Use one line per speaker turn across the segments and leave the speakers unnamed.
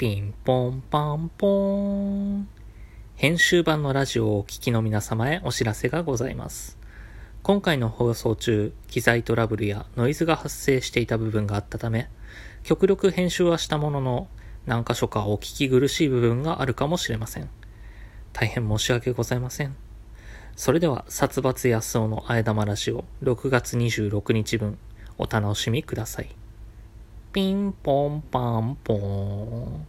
ピンポンパンポーン。編集版のラジオをお聞きの皆様へお知らせがございます。今回の放送中、機材トラブルやノイズが発生していた部分があったため、極力編集はしたものの、何箇所かお聞き苦しい部分があるかもしれません。大変申し訳ございません。それでは、殺伐安尾のあえ玉ラジオ6月26日分、お楽しみください。ピンポンパンポーン。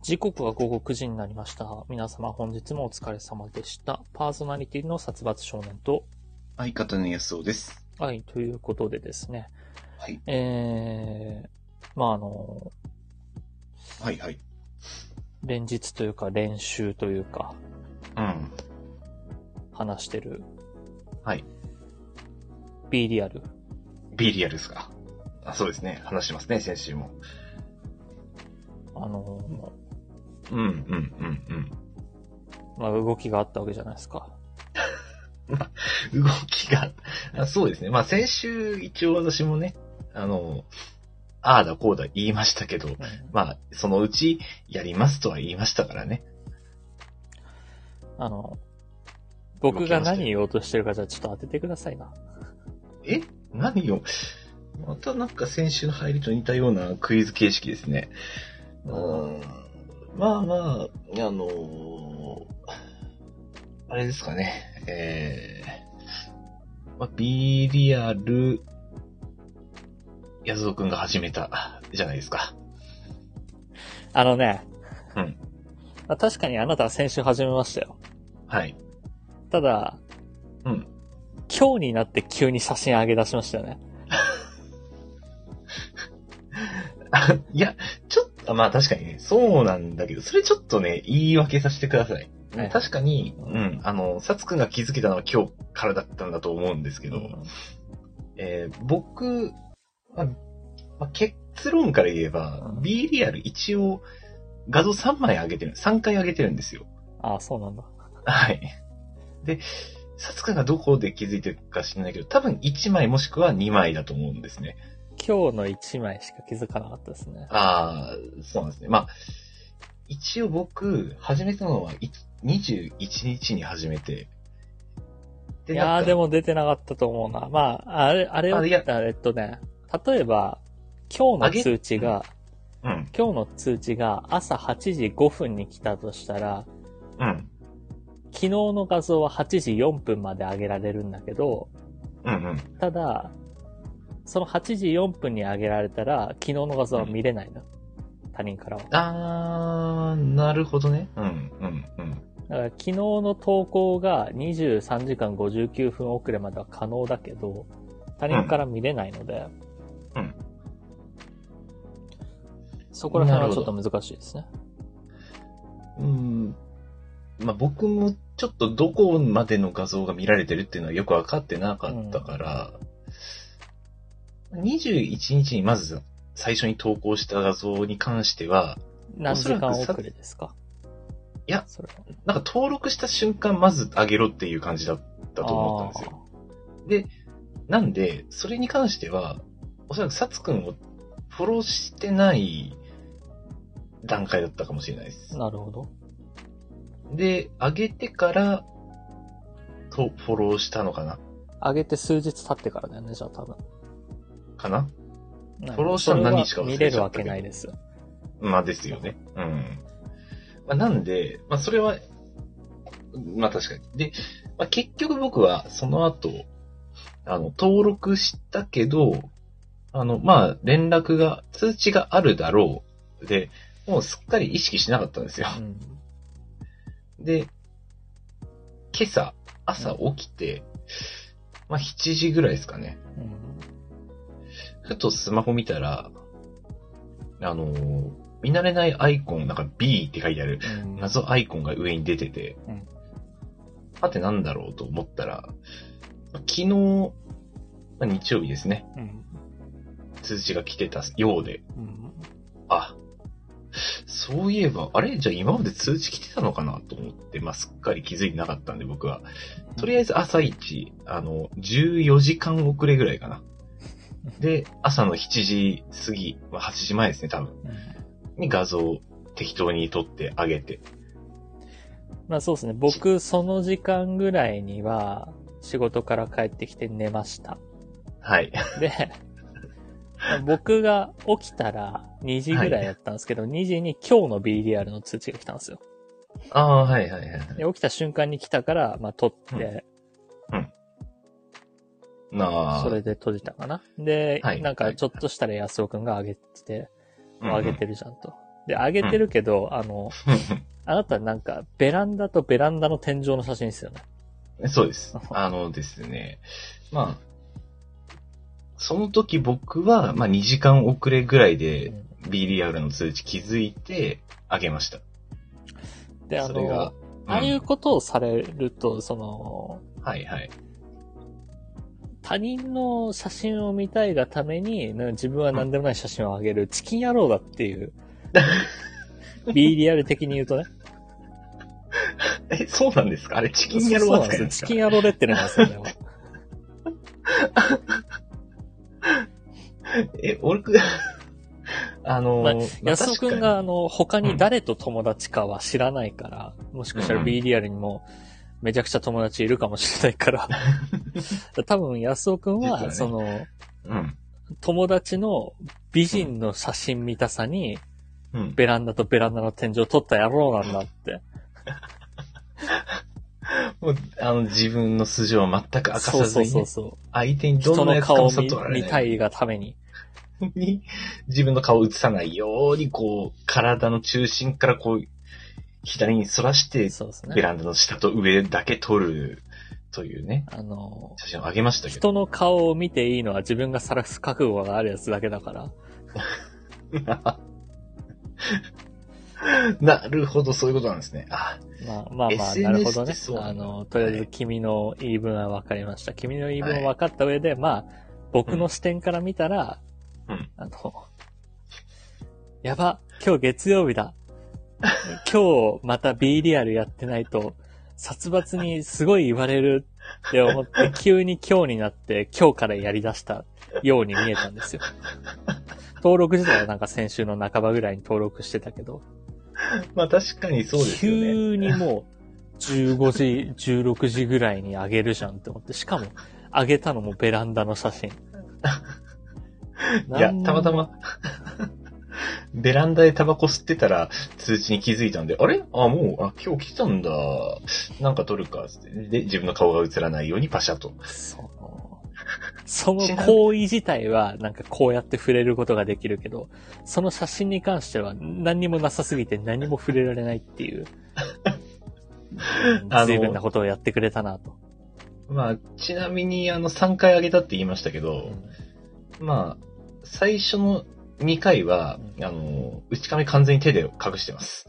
時刻は午後9時になりました。皆様本日もお疲れ様でした。パーソナリティの殺伐少年と、
相方の安尾です。
はい、ということでですね。
はい。
えー、まああの、
はいはい。
連日というか練習というか
うん。
話してる。
はい。
B リアル。
B リアルですか。あそうですね。話しますね、先週も。
あの、
うん、うん、うん、
まあ動きがあったわけじゃないですか。
うん。動きが、あそうですね。まあ先週一応私もね、あの、ああだこうだ言いましたけど、
うん
まあそのうちやりますとは言いましたからね。
あの、僕が何言おうとしてるかじゃあちょっと当ててくださいな。
え何をまたなんか先週の入りと似たようなクイズ形式ですね。うーん。まあまあ、あのーあれですかね。えー、まあ、B リアル、やぞくんが始めた、じゃないですか。
あのね、
うん
まあ確かにあなたは先週始めましたよ。
はい。
ただ、
うん。
今日になって急に写真上げ出しましたよね。
あ いや、ちょっと、まあ確かにね、そうなんだけど、それちょっとね、言い訳させてください。
ね
確かに、うん、あの、さつくんが気づけたのは今日からだったんだと思うんですけど、えー僕、まあまあ結論から言えば
う、ん
B リアル一応画像3枚上げてる、3回上げてるんですよ。
ああ、そうなんだ。
はい。で、さつくんがどこで気づいてるか知らないけど、多分1枚もしくは2枚だと思うんですね。
今日の1枚しか気づかなかったですね。
ああ、そうなんですね。まあ、一応僕、始めたのは、い21日に始めて。で
いや
なん
ー
か
でも出てなかったと思うな。まあ、あれ、あれを
あいや
えっとね、例えば、今日の
上げ
通知が、
うん、
今日の通知が朝8時5分に来たとしたら、
うん、
昨日の画像は8時4分まで上げられるんだけど、
うん、うん。
ただ、その8時4分に上げられたら、昨日の画像は見れないの。他人からは。
あー、なるほどね。うん、うん、うん。
だから昨日の投稿が23時間59分遅れまでは可能だけど、他人から見れないので、
うんうん
そこら辺はちょっと難しいですね。
うん。まあ、僕もちょっとどこまでの画像が見られてるっていうのはよくわかってなかったから、21日にまず最初に投稿した画像に関しては、
何時間
おそらくさ
遅れですか
いや
それは
なんか登録した瞬間まず上げろっていう感じだったと思ったんですよ。なんで、それに関しては、おそらくサツくんをフォローしてない段階だったかもしれないです
あー。なるほど。
で、上げてから、と、フォローしたのかな
上げて数日経ってからだよね、じゃあ多分。
かな
フ
ォローしたの何日か忘
見れ
れち
る
ゃ
わ
った
け
けど
ないですよ。
まあですよね。うん。まあ、なんで、まあそれは、まあ確かに。で、まあ結局僕はその後、あの、登録したけど、あの、まあ連絡が、通知があるだろう。で、もうすっかり意識しなかったんですよ。
うん。
で、今朝、朝起きて、まあ7時ぐらいですかね。
うん
ふとスマホ見たら、あのー見慣れないアイコン、なんか B って書いてある
うん
謎アイコンが上に出てて
うん、
はてなんだろうと思ったら、昨日、まあ日曜日ですね、
うん
通知が来てたようで、
うん
あ、そういえば、あれじゃあ今まで通知来てたのかなと思って、まあ、すっかり気づいてなかったんで僕は。とりあえず朝一、あの、14時間遅れぐらいかな。で、朝の7時過ぎ、まあ、8時前ですね、多
う
分。
ん
に画像を適当に撮ってあげて。
まあそうですね。僕、その時間ぐらいには、仕事から帰ってきて寝ました。
はい。
で、僕が起きたら2時ぐらいだったんですけど、2時に今日の BDR の通知が来たんですよ。
ああ、はいはいはい。
で、起きた瞬間に来たから、まあ撮って、
なあ。
それで閉じたかな。で、
はい
なんかちょっとしたら安尾くんが上げてて、
うんうん
上げてるじゃんと。で、上げてるけど、あの、
うん
あなたなんかベランダとベランダの天井の写真ですよね。
うんそうです。あのですね。まあ、その時僕は、まあ2時間遅れぐらいで
うん
BDR の通知気づいてあげました。
で、あ
それが
の、、ああいうことをされると、その、
うんはいはい。
他人の写真を見たいがために、な自分は何でもない写真をあげる、チキン野郎だって いう。BDR 的に言うとね。
え、そうなんですかあれチキン野郎
そうなん
扱
です
いなん
よ。
です
チ
か
キン野郎レッテルなんですよ ね。
え、俺く、 あの
まあ
ー、まあ
安尾くん
確か
が、あの、他に誰と友達かは知らないから、もしかしたら
うん
BDR にも、めちゃくちゃ友達いるかもしれない から。多分、安尾くん
実は
は、
ね
その、
にうん。
友達の美人の写真見たさに、
うん。
ベランダとベランダの天井撮った野郎なんだって。
もう、あの、自分の素性を全く明か
そう
さず
そう
に
そう
ね、
そう。
相手にど
人
んな
の
やつか
顔
も
を
悟
見
られ
見
な
た
い。
いがために。
に、自分の顔を映さないように、こう、体の中心からこう、左に反らして、
そうです
ベ
ね。
ランダの下と上だけ撮る、というね、
あの、
写真をあげましたけど。
人の顔を見ていいのは自分が晒す覚悟があるやつだけだから。
なるほど、そういうことなんですね。あ、
まあまあまあ、
SNS
なるほど
って
ね
そう。な
あ
んだ
の、とりあえ
は
ず
い
君の言い分は分かりました。君の言い
は
分
い
を分かった上で、まあ、僕の視点から見たら、
うん
あの、やば、今日月曜日 だ。今日また B リアルやってないと、殺伐にすごい言われるって思 って、急に今日になって、今日からやり出したように見えたんですよ。登録自体はなんか先週の半ばぐらいに登録してたけど、
まあ確かにそうですよね。
急にもう、15時、16時ぐらいにあげるじゃんって思って、しかも、あげたのもベランダの写 真。
い
な
や
ん、も
たまた。ま、 ベランダでタバコ吸ってたら通知に気づいたんで、あれあ、もう、あ、今日来たんだ。なんか撮るか、つって。で、自分の顔が映らないようにパシャと。
その、その行為自体は、なんかこうやって触れることができるけど、その写真に関しては何にもなさすぎて何も触れられないっていう。
あの
随分なことをやってくれたなと。
まあ、ちなみに、あの、3回あげたって言いましたけど、まあ、最初の2回は、
うん
あの、内亀完全に手で隠してます。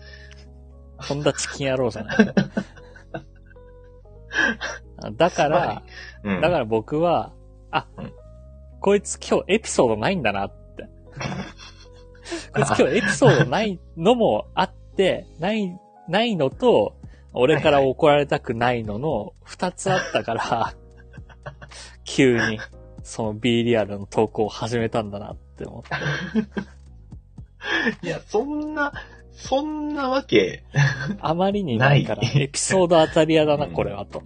とんだチキン野郎じゃ ない。だから、
はうん。
だから僕は、あ、
うん
こいつ今日エピソードないんだなって。 こいつ今日エピソードないのもあって、ない、ないのと、俺から怒られたくないのの二つあったから、 急にその B リアルの投稿を始めたんだなって思って。
いや、そんな、そんなわけ、
あまりにないから、
ない
エピソード当たり屋だな、
うん
これはと。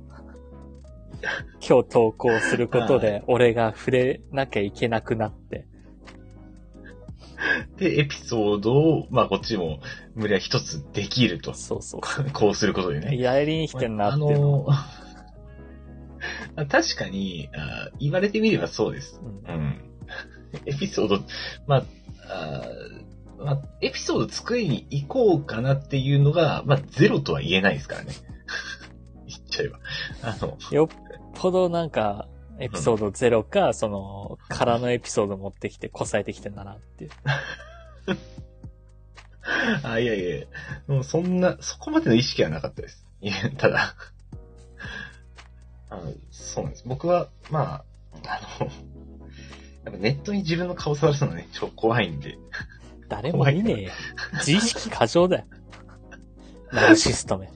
今日投稿すること
は
で、俺が触れなきゃいけなくなって、
で、エピソードを、まあ、こっちも、無理やり一つできると。
そうそう。
こうすることでね。
やりに来てんなっていうのを。
あのー 確かにあー言われてみればそうです。
うん
うん。 エピソード、まあ、あーまあ、エピソード作りに行こうかなっていうのが、まあ、ゼロとは言えないですからね。 言っちゃえば。あの、
よっぽどなんか、エピソードゼロか、その、空のエピソード持ってきて、こさえてきてんだなっていう。
あ、いやいや、もうそんな、そこまでの意識はなかったです。いや、ただ、あの、そうなんです。僕は、まあ、あの、やっぱネットに自分の顔さらすのはね、超怖いんで。
誰も見ねえよ。自意識過剰だよ。ナルシス トめ。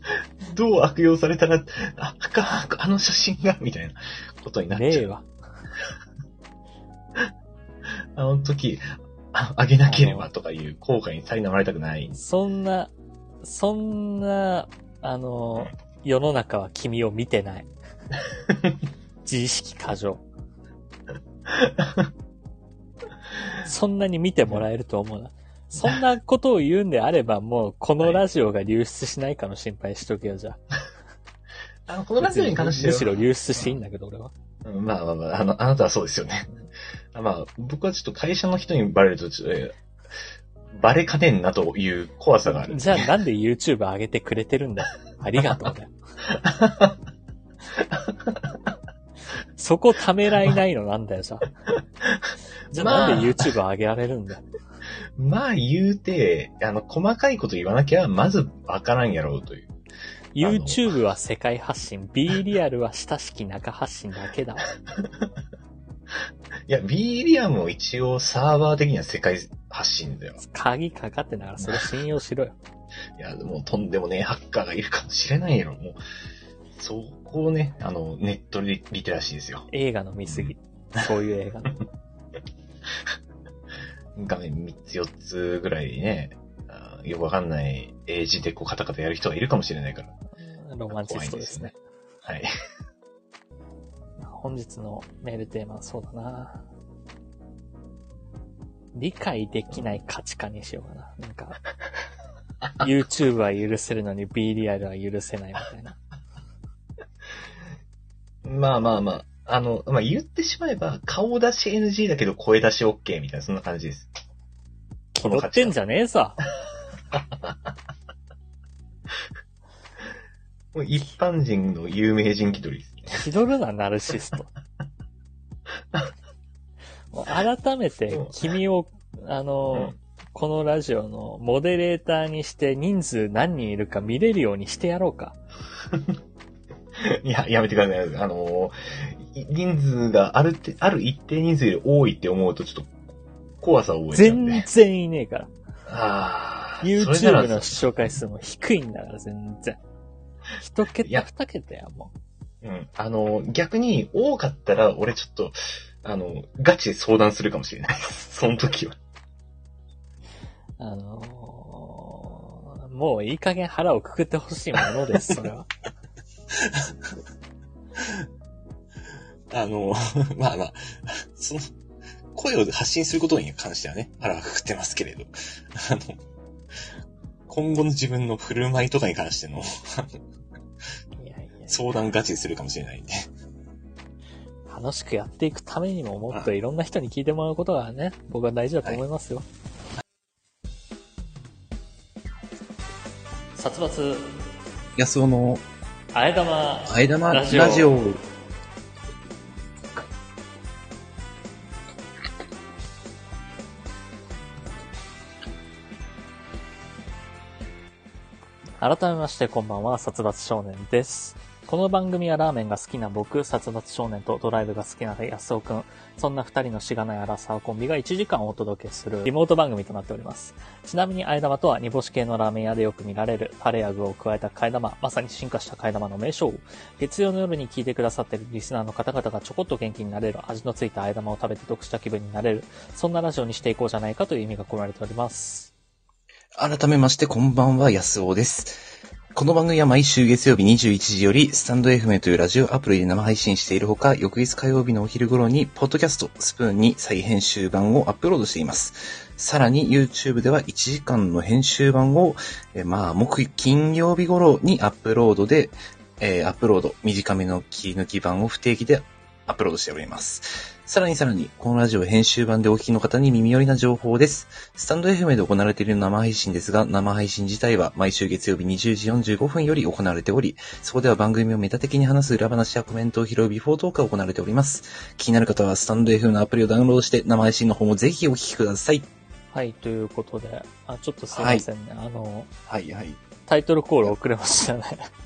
どう悪用されたら、あ、あかんあの写真が、みたいなことになっ
ね
ち
え
ゃう。
わ。
あの時、
ああげなければとかいう後悔に苛まれたくない。
そんな、そんな、あの、世の中は君を見 てない。自意識過剰。そんなに見てもらえると思うな。そんなことを言うんであれば、もう、このラジオが流出しないかの心配しとけよ、じゃあ。
あの、このラジオに関しては。
むしろ流出していいんだけど、俺は。
うんまあまあまあ、あの、あなたはそうですよね。 あまあ、僕はちょっと会社の人にバレると、ちょっとえーバレかねんなという怖さがある。
じゃあなんで YouTube 上げてくれてるんだ ありがとうだよ。そこためらいないのなんだよ、 じゃあ。じゃあなんで YouTube 上げられるんだよ
まあ言うて、あの、細かいこと言わなきゃ、まずわからんやろうという。
YouTube は世界発信、B リアルは親しき中発信だけだわ。
いや、B リアムも一応サーバー的には世界発信だよ。
鍵かかってながらそれ信用しろよ。
いや、もうとんでもねえハッカーがいるかもしれないやろ。もう、そこをね、あの、ネットリテラシーですよ。
映画の見すぎ。そういう映画 の。
画面3つ4つぐらいね、あーよくわかんない英字でこうカタカタやる人がいるかもしれないから。
ロマンチストですね。
はい。
本日のメールテーマはそうだな理解できない価値観にしようかな。な んか、YouTube は許せるのに B リアルは許せないみたいな。
まあまあまあ。あの、まあ、言ってしまえば、顔出し NG だけど声出し OK みたいな、そんな感じです。 こ
乗ってんじゃねえさ。
もう一般人の有名人気取りですね。
気取るな、ナルシ スト。もう改めて、君を、あの、このラジオのモデレーターにして人数何人いるか見れるようにしてやろうか。
い や、やめてください。あのーい人数があるって、ある一定人数より多いって思うと、ちょっと、怖さを覚えちゃうん
全
で。
然いねえから。
ああ。それな
YouTube
ら
の視聴回数も低いんだから、全然。一
い
桁
や
二桁や、も
うん。あのー逆に多かったら、俺ちょっと、あのーガチで相談するかもしれない。 その時は。
う。あのー、もういい加減腹をくくってほしいものです、それ は。
あの、 まあまあ、その、声を発信することに関してはね、腹はくくってますけれど、あの、今後の自分の振る舞いとかに関しての
いやいや。
相談ガチでするかもしれないんで。
楽しくやっていくためにももっといろんな人に聞いてもらうことがね、僕は大事だと思いますよ。殺伐、
安尾の、
あえ玉、
あえ玉
ラ
ラ
ジ
ジ
オ
オ。
改めましてこんばんは、殺伐少年です。この番組はラーメンが好きな僕、殺伐少年とドライブが好きな安尾くん、そんな二人のしがないアラサーコンビが1時間お届けするリモート番組となっております。ちなみに、あえ玉とは煮干し系のラーメン屋でよく見られる、タレや具を加えた替え玉、まさに進化した替え玉の名称。月曜の夜に聞いてくださっているリスナーの方々がちょこっと元気になれる、味のついたあえ玉を食べて得した気分になれる、そんなラジオにしていこうじゃないかという意味が込められております。
改めまして、こんばんは、安尾です。この番組は毎週月曜日21時より、スタンド FM というラジオアプリで生配信しているほか、翌日火曜日のお昼頃に、ポッドキャスト、スプーンに再編集版をアップロードしています。さらに、YouTube では1時間の編集版を、えーまあ、木、金曜日頃にアップロードで、えーアップロード、短めの切り抜き版を不定期でアップロードしております。さらにさらに、このラジオ編集版でお聞きの方に耳寄りな情報です。スタンド FM で行われている生配信ですが、生配信自体は毎週月曜日20時45分より行われており、そこでは番組をメタ的に話す裏話やコメントを拾うビフォートークが行われております。気になる方はスタンド FM のアプリをダウンロードして、生配信の方もぜひお聞きください。
はい、ということで、あ、ちょっとすいませんね。あの、
はいはい。
タイトルコール遅れましたね。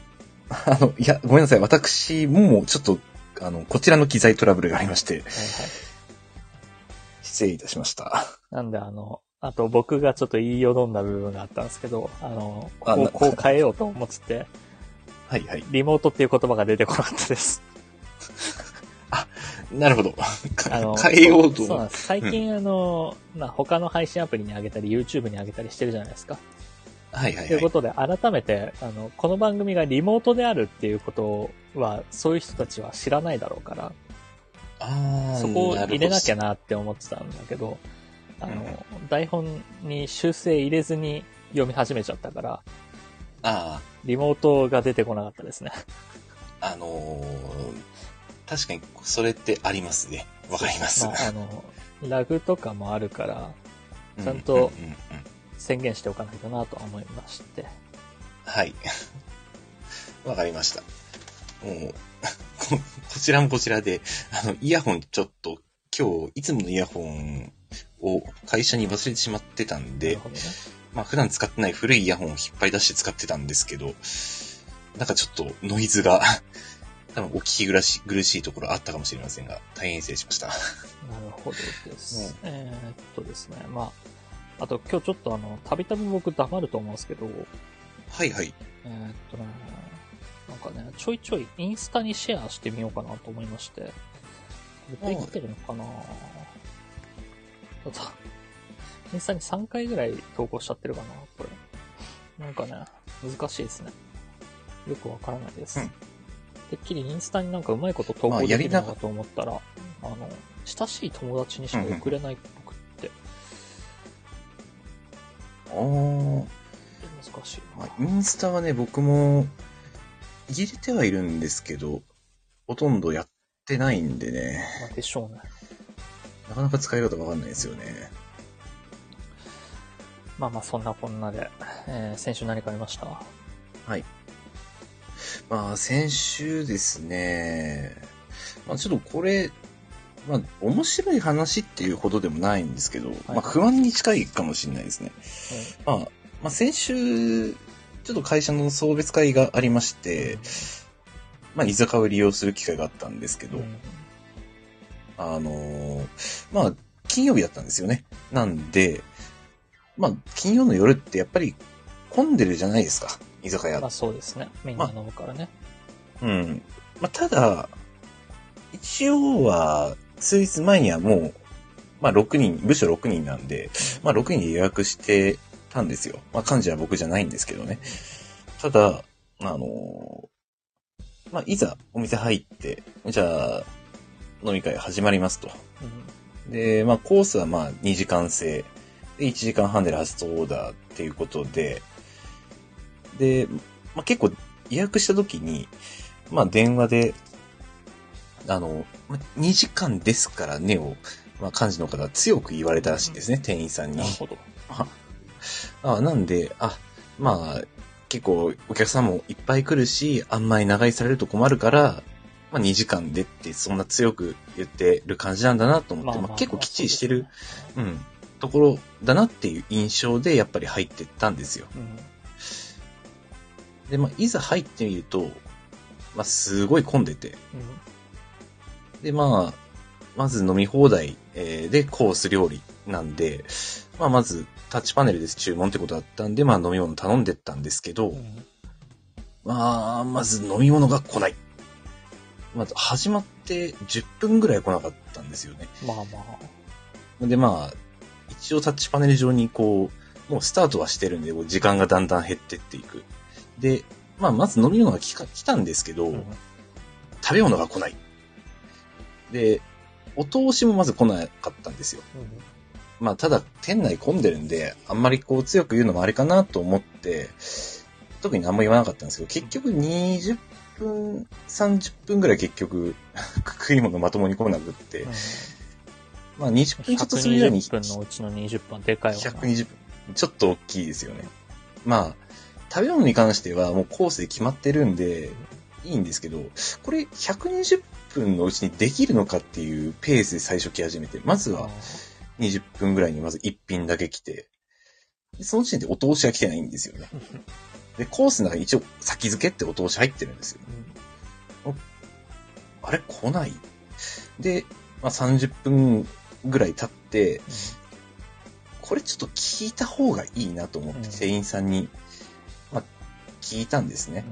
あの、いや、ごめんなさい。私もちょっと、あの、こちらの機材トラブルがありまして、
はいはい。
失礼いたしました。
なんであの、あと僕がちょっと言いよどんだ部分があったんですけど、あの、
あ
こ
な
うこう変えようと思ってて、
はいはい。
リモートっていう言葉が出てこなかったです。
なるほど。
あの
変えよう
そ
と
う
思
なん
う。
です。最近、あの、まあ、他の配信アプリに上げたり、YouTube に上げたりしてるじゃないですか。
はいはい
という
はい
こ。とで、改めて、あの、この番組がリモートであるっていうことは、そういう人たちは知らないだろうから、
ああ、
そこを入れなきゃ
る
なって思ってたんだけど、あの、台本に修正入れずに読み始めちゃったから、
ほど。あ
リモートが出てこなかったですね。
あ、あのー確かにそれってありますね。わかります。
まあ、あの、ラグとかもあるから、
う
ちゃんと
うんうんうん
宣言しておかないとなとは思いまして。
はい。 わかりました。もう、 ここちらもこちらで、あの、イヤホンちょっと、今日、いつものイヤホンを会社に忘れてしまってたん
な
で
る、ほどね。
まあ普段使ってない古いイヤホンを引っ張り出して使ってたんですけど、なんかちょっとノイズが、 多分お聞き苦し苦しいところあったかもしれませんが、大変失礼しました。
なるほどです。えーっとですね、まあ、あと今日ちょっとあの、たびたび僕黙ると思うんですけど、
はいはい。
えーっとね、なんかね、ちょいちょいインスタにシェアしてみようかなと思いまして、これできてるのかなちょっとインスタに3回ぐらい投稿しちゃってるかなこれ。なんかね、難しいですね。よくわからないです。
うん
てっきりインスタになんかうまいこと投
まあ
稿で
や
き
り
る
な
の
が
かと思ったら、あの、親しい友達にしか送れないっぽくって、
おー、
難しい
ま
な
あ、インスタはね、僕も、入れてはいるんですけど、ほとんどやってないんでね、
まあでしょうね。
なかなか使い方わかんないですよね。
まあまあそんなこんなで、えー先週何かありました
まあ、先週ですね、まあ、ちょっとこれ、まあ、面白い話っていうほどでもないんですけど、まあ、不安に近いかもしれないですね。まあ、まあ、先週、ちょっと会社の送別会がありまして、まあ、居酒屋を利用する機会があったんですけど、
うん
あのーまあ、金曜日だったんですよね。なんで、まあ、金曜の夜ってやっぱり混んでるじゃないですか、居酒屋
まあそうですね。みんな飲むからね。
うん。まあ、ただ、一応は、数日前にはもう、まあ、6人、部署6人なんで、まあ、6人で予約してたんですよ。まあ、幹事は僕じゃないんですけどね。ただ、あのーまあ、いざお店入って、じゃあ、飲み会始まりますと。
うん
で、まあ、コースはまあ、2時間制。で、1時間半でラストオーダーっていうことで、で、まあ、結構予約した時に、まあ、電話で、あの、まあ2時間ですからねを、まあ、幹事の方は強く言われたらしいんですね、店員さんに
なる。ほど。
あなんで、あ、まあ、結構お客さんもいっぱい来るし、あんまり長居されると困るから、まあ2時間でってそんな強く言ってる感じなんだなと思って、まあ結構きっちりしてる、うん、ところだなっていう印象でやっぱり入ってったんですよ。
そうですね。
で、まあいざ入ってみると、まあすごい混んでて、
うん。うん
で、まあ、まず飲み放題、えーでコース料理なんで、まあまずタッチパネルです注文ってことだったんで、まあ飲み物頼んでったんですけど、
うん
まあ、まず飲み物が来ない。まず始まって10分ぐらい来なかったんですよね。
まあま
でまあ、一応タッチパネル上にこう、もうスタートはしてるんで、こう時間がだんだん減ってっていく。で、まあまず飲み物が来か来たんですけど、
あ。
食べ物が来ない。で、お通しもまず来なかったんですよ。まあ、ただ、店内混んでるんで、あんまりこう強く言うのもあれかなと思って、特に何も言わなかったんですけど、結局20分、30分ぐらい結局、 食い物まともに来なくって、まあ20分ちょっとするぐらいに、
120分のうちの20分でかいわな。
120分。ちょっと大きいですよね。まあ、食べ物に関してはもうコースで決まってるんで、いいんですけど、これ120分のうちにできるのかっていうペースで最初来始めて、まず
あ、
は20分ぐらいにまず1品だけ来て、でその時点でお通しは来てないんですよね。で、コースの中に一応先付けってお通し入ってるんですよ。あれ来ないで、まあ、30分ぐらい経って、これちょっと聞いた方がいいなと思っ
うん
て店員さんに、まあ、聞いたんですね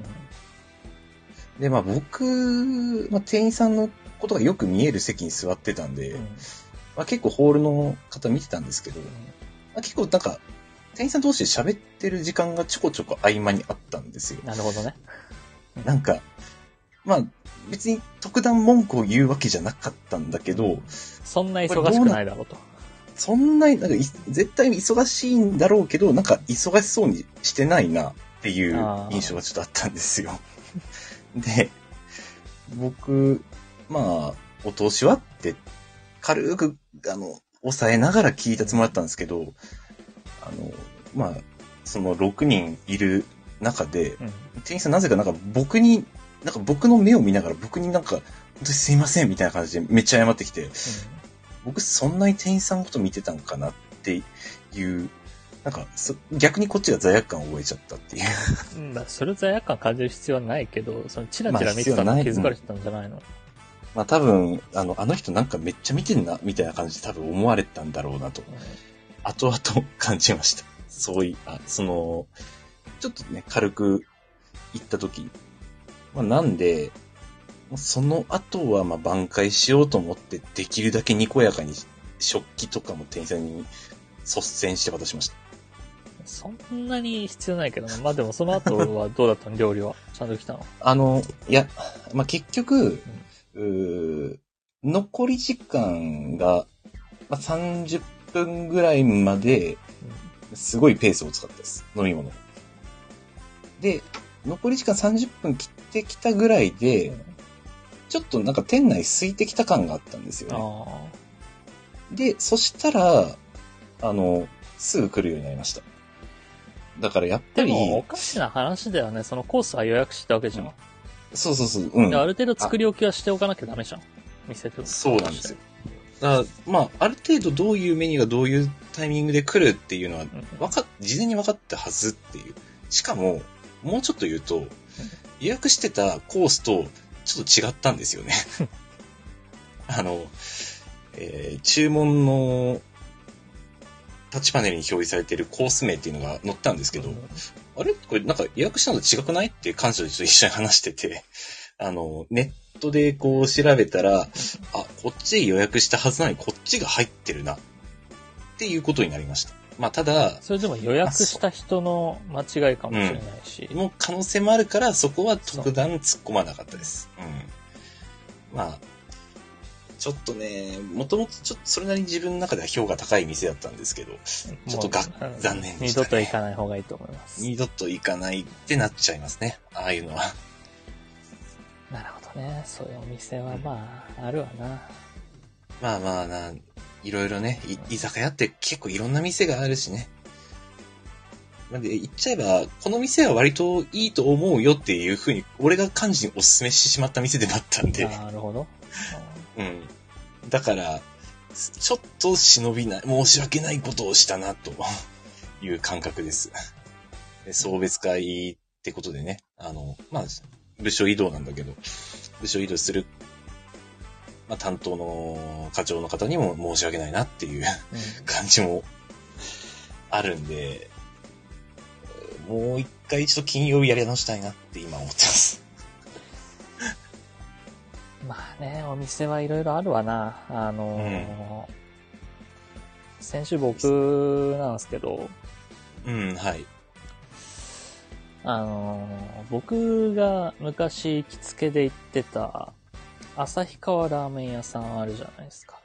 う。ん
で、まあ僕、まあ、店員さんのことがよく見える席に座ってたんで、
うん
まあ、結構ホールの方見てたんですけど、まあ、結構なんか、店員さん同士で喋ってる時間がちょこちょこ合間にあったんですよ。
なるほどね。
なんか、まあ、別に特段文句を言うわけじゃなかったんだけど、
そんな忙しくないだろうと。
そんなに、なんかい、絶対忙しいんだろうけど、なんか忙しそうにしてないなっていう
あー
印象がちょっとあったんですよ。 で、僕、まあ、お通しはって、軽く、あの、抑えながら聞いたつもりだったんですけど、あの、まあ、その6人いる中で、
うん。
店員さんなぜかなんか僕に、なんか僕の目を見ながら僕になんか、本当にすいませんみたいな感じでめっちゃ謝ってきて、僕そんなに店員さんのこと見てたんかなっていう、なんかそ逆にこっちが罪悪感を覚えちゃったっていう。
うんまあ、それ罪悪感感じる必要はないけど、そのチラチラ見てた
まあ
の
必要ない
気づかれてたんじゃないの、
まあ多分、あの、あの人なんかめっちゃ見てんな、みたいな感じで多分思われたんだろうなと、
うん
後々感じました。そうい、あ、その、ちょっとね、軽く行った時まあなんで、その後はまあ挽回しようと思って、できるだけにこやかに食器とかも店員さんに率先して渡しました。
そんなに必要ないけどなまあでもその後はどうだったの 料理は。ちゃんと来たの
あの、いや、まあ、結局、うー残り時間が、まあ、30分ぐらいまで、すごいペースを使ったです。飲み物。で、残り時間30分切ってきたぐらいで、ちょっとなんか店内空いてきた感があったんですよ
あ
ね。
あ。
で、そしたら、あの、すぐ来るようになりました。だからやっぱ
で
り、
も、おかしな話だよね。そのコースは予約してたわけじゃん。
そうそうそう、うん
で。ある程度作り置きはしておかなきゃダメじゃん。店と。
そうなんですよ。だからまあ、ある程度どういうメニューがどういうタイミングで来るっていうのは、
うん。
わかっ、事前に分かったはずっていう。しかも、もうちょっと言うと、予約してたコースとちょっと違ったんですよね。 あの、えー注文のタッチパネルに表示されているコース名っていうのが載ったんですけど、あれこれなんか予約したのと違くないって感謝と一緒に話してて、 あの、ネットでこう調べたら、あ、こっちで予約したはずなのにこっちが入ってるな、っていうことになりました。まあただ、
それでも予約した人の間違いかもしれないし。
の可能性もあるから、そこは特段突っ込まなかったです。うん。まあ、ちょっとね、もともとちょっとそれなりに自分の中では評価高い店だったんですけど、ちょっとが
もううん
残念で
二
したね
度と行かない方がいいと思います。
二度と行かないってなっちゃいますね。ああいうのは。
なるほどね。そういうお店はまあ、あるわな。
まあまあな、いろいろね、い居酒屋って結構いろんな店があるしね。なんで、言っちゃえば、この店は割といいと思うよっていうふうに、俺が幹事にお勧めしてしまった店でもあったんで。
なるほど。
うん。だから、すちょっと忍びない、申し訳ないことをしたな、と いう感覚です。で送別会ってことでね、あの、まあ、部署移動なんだけど、部署移動する、まあ、担当の課長の方にも申し訳ないなっていう
うん
感じもあるんで、えーもう一回ちょっと金曜日やり直したいなって今思ってます。
まあね、お店はいろいろあるわな。あのー先週僕なんですけど、
うん、はい。
あのー僕が昔行きつけで行ってた、旭川ラーメン屋さんあるじゃないですか。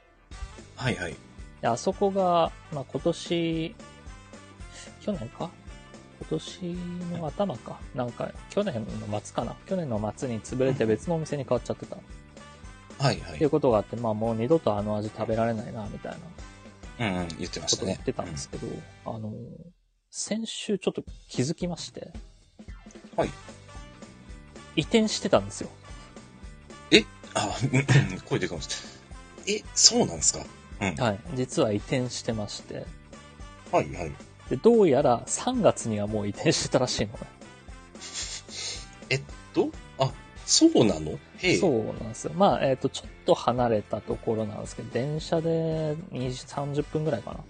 はいはい。
で、あそこが、まあ、今年、去年か今年の頭か。なんか、去年の末かな。去年の末に潰れて別のお店に変わっちゃってた。っ
はいは
てい
い。
うことがあって、まあもう二度とあの味食べられないな、みたいな
うん、うん、言ってま
こ
した
と言
ね
っ。てたんですけど、あの、先週ちょっと気づきまして、
はい。
移転してたんですよ。
あ、うん声でかもしれない。え、そうなんですかうん。は
はい。実は移転してまして。
い、はい。
で、どうやら3月にはもう移転してたらしいのね。
どあ、そうなのへえ。。
そううなんですよ。まあ、えっ、と、ちょっと離れたところなんですけど、電車で2時30分ぐらいかな。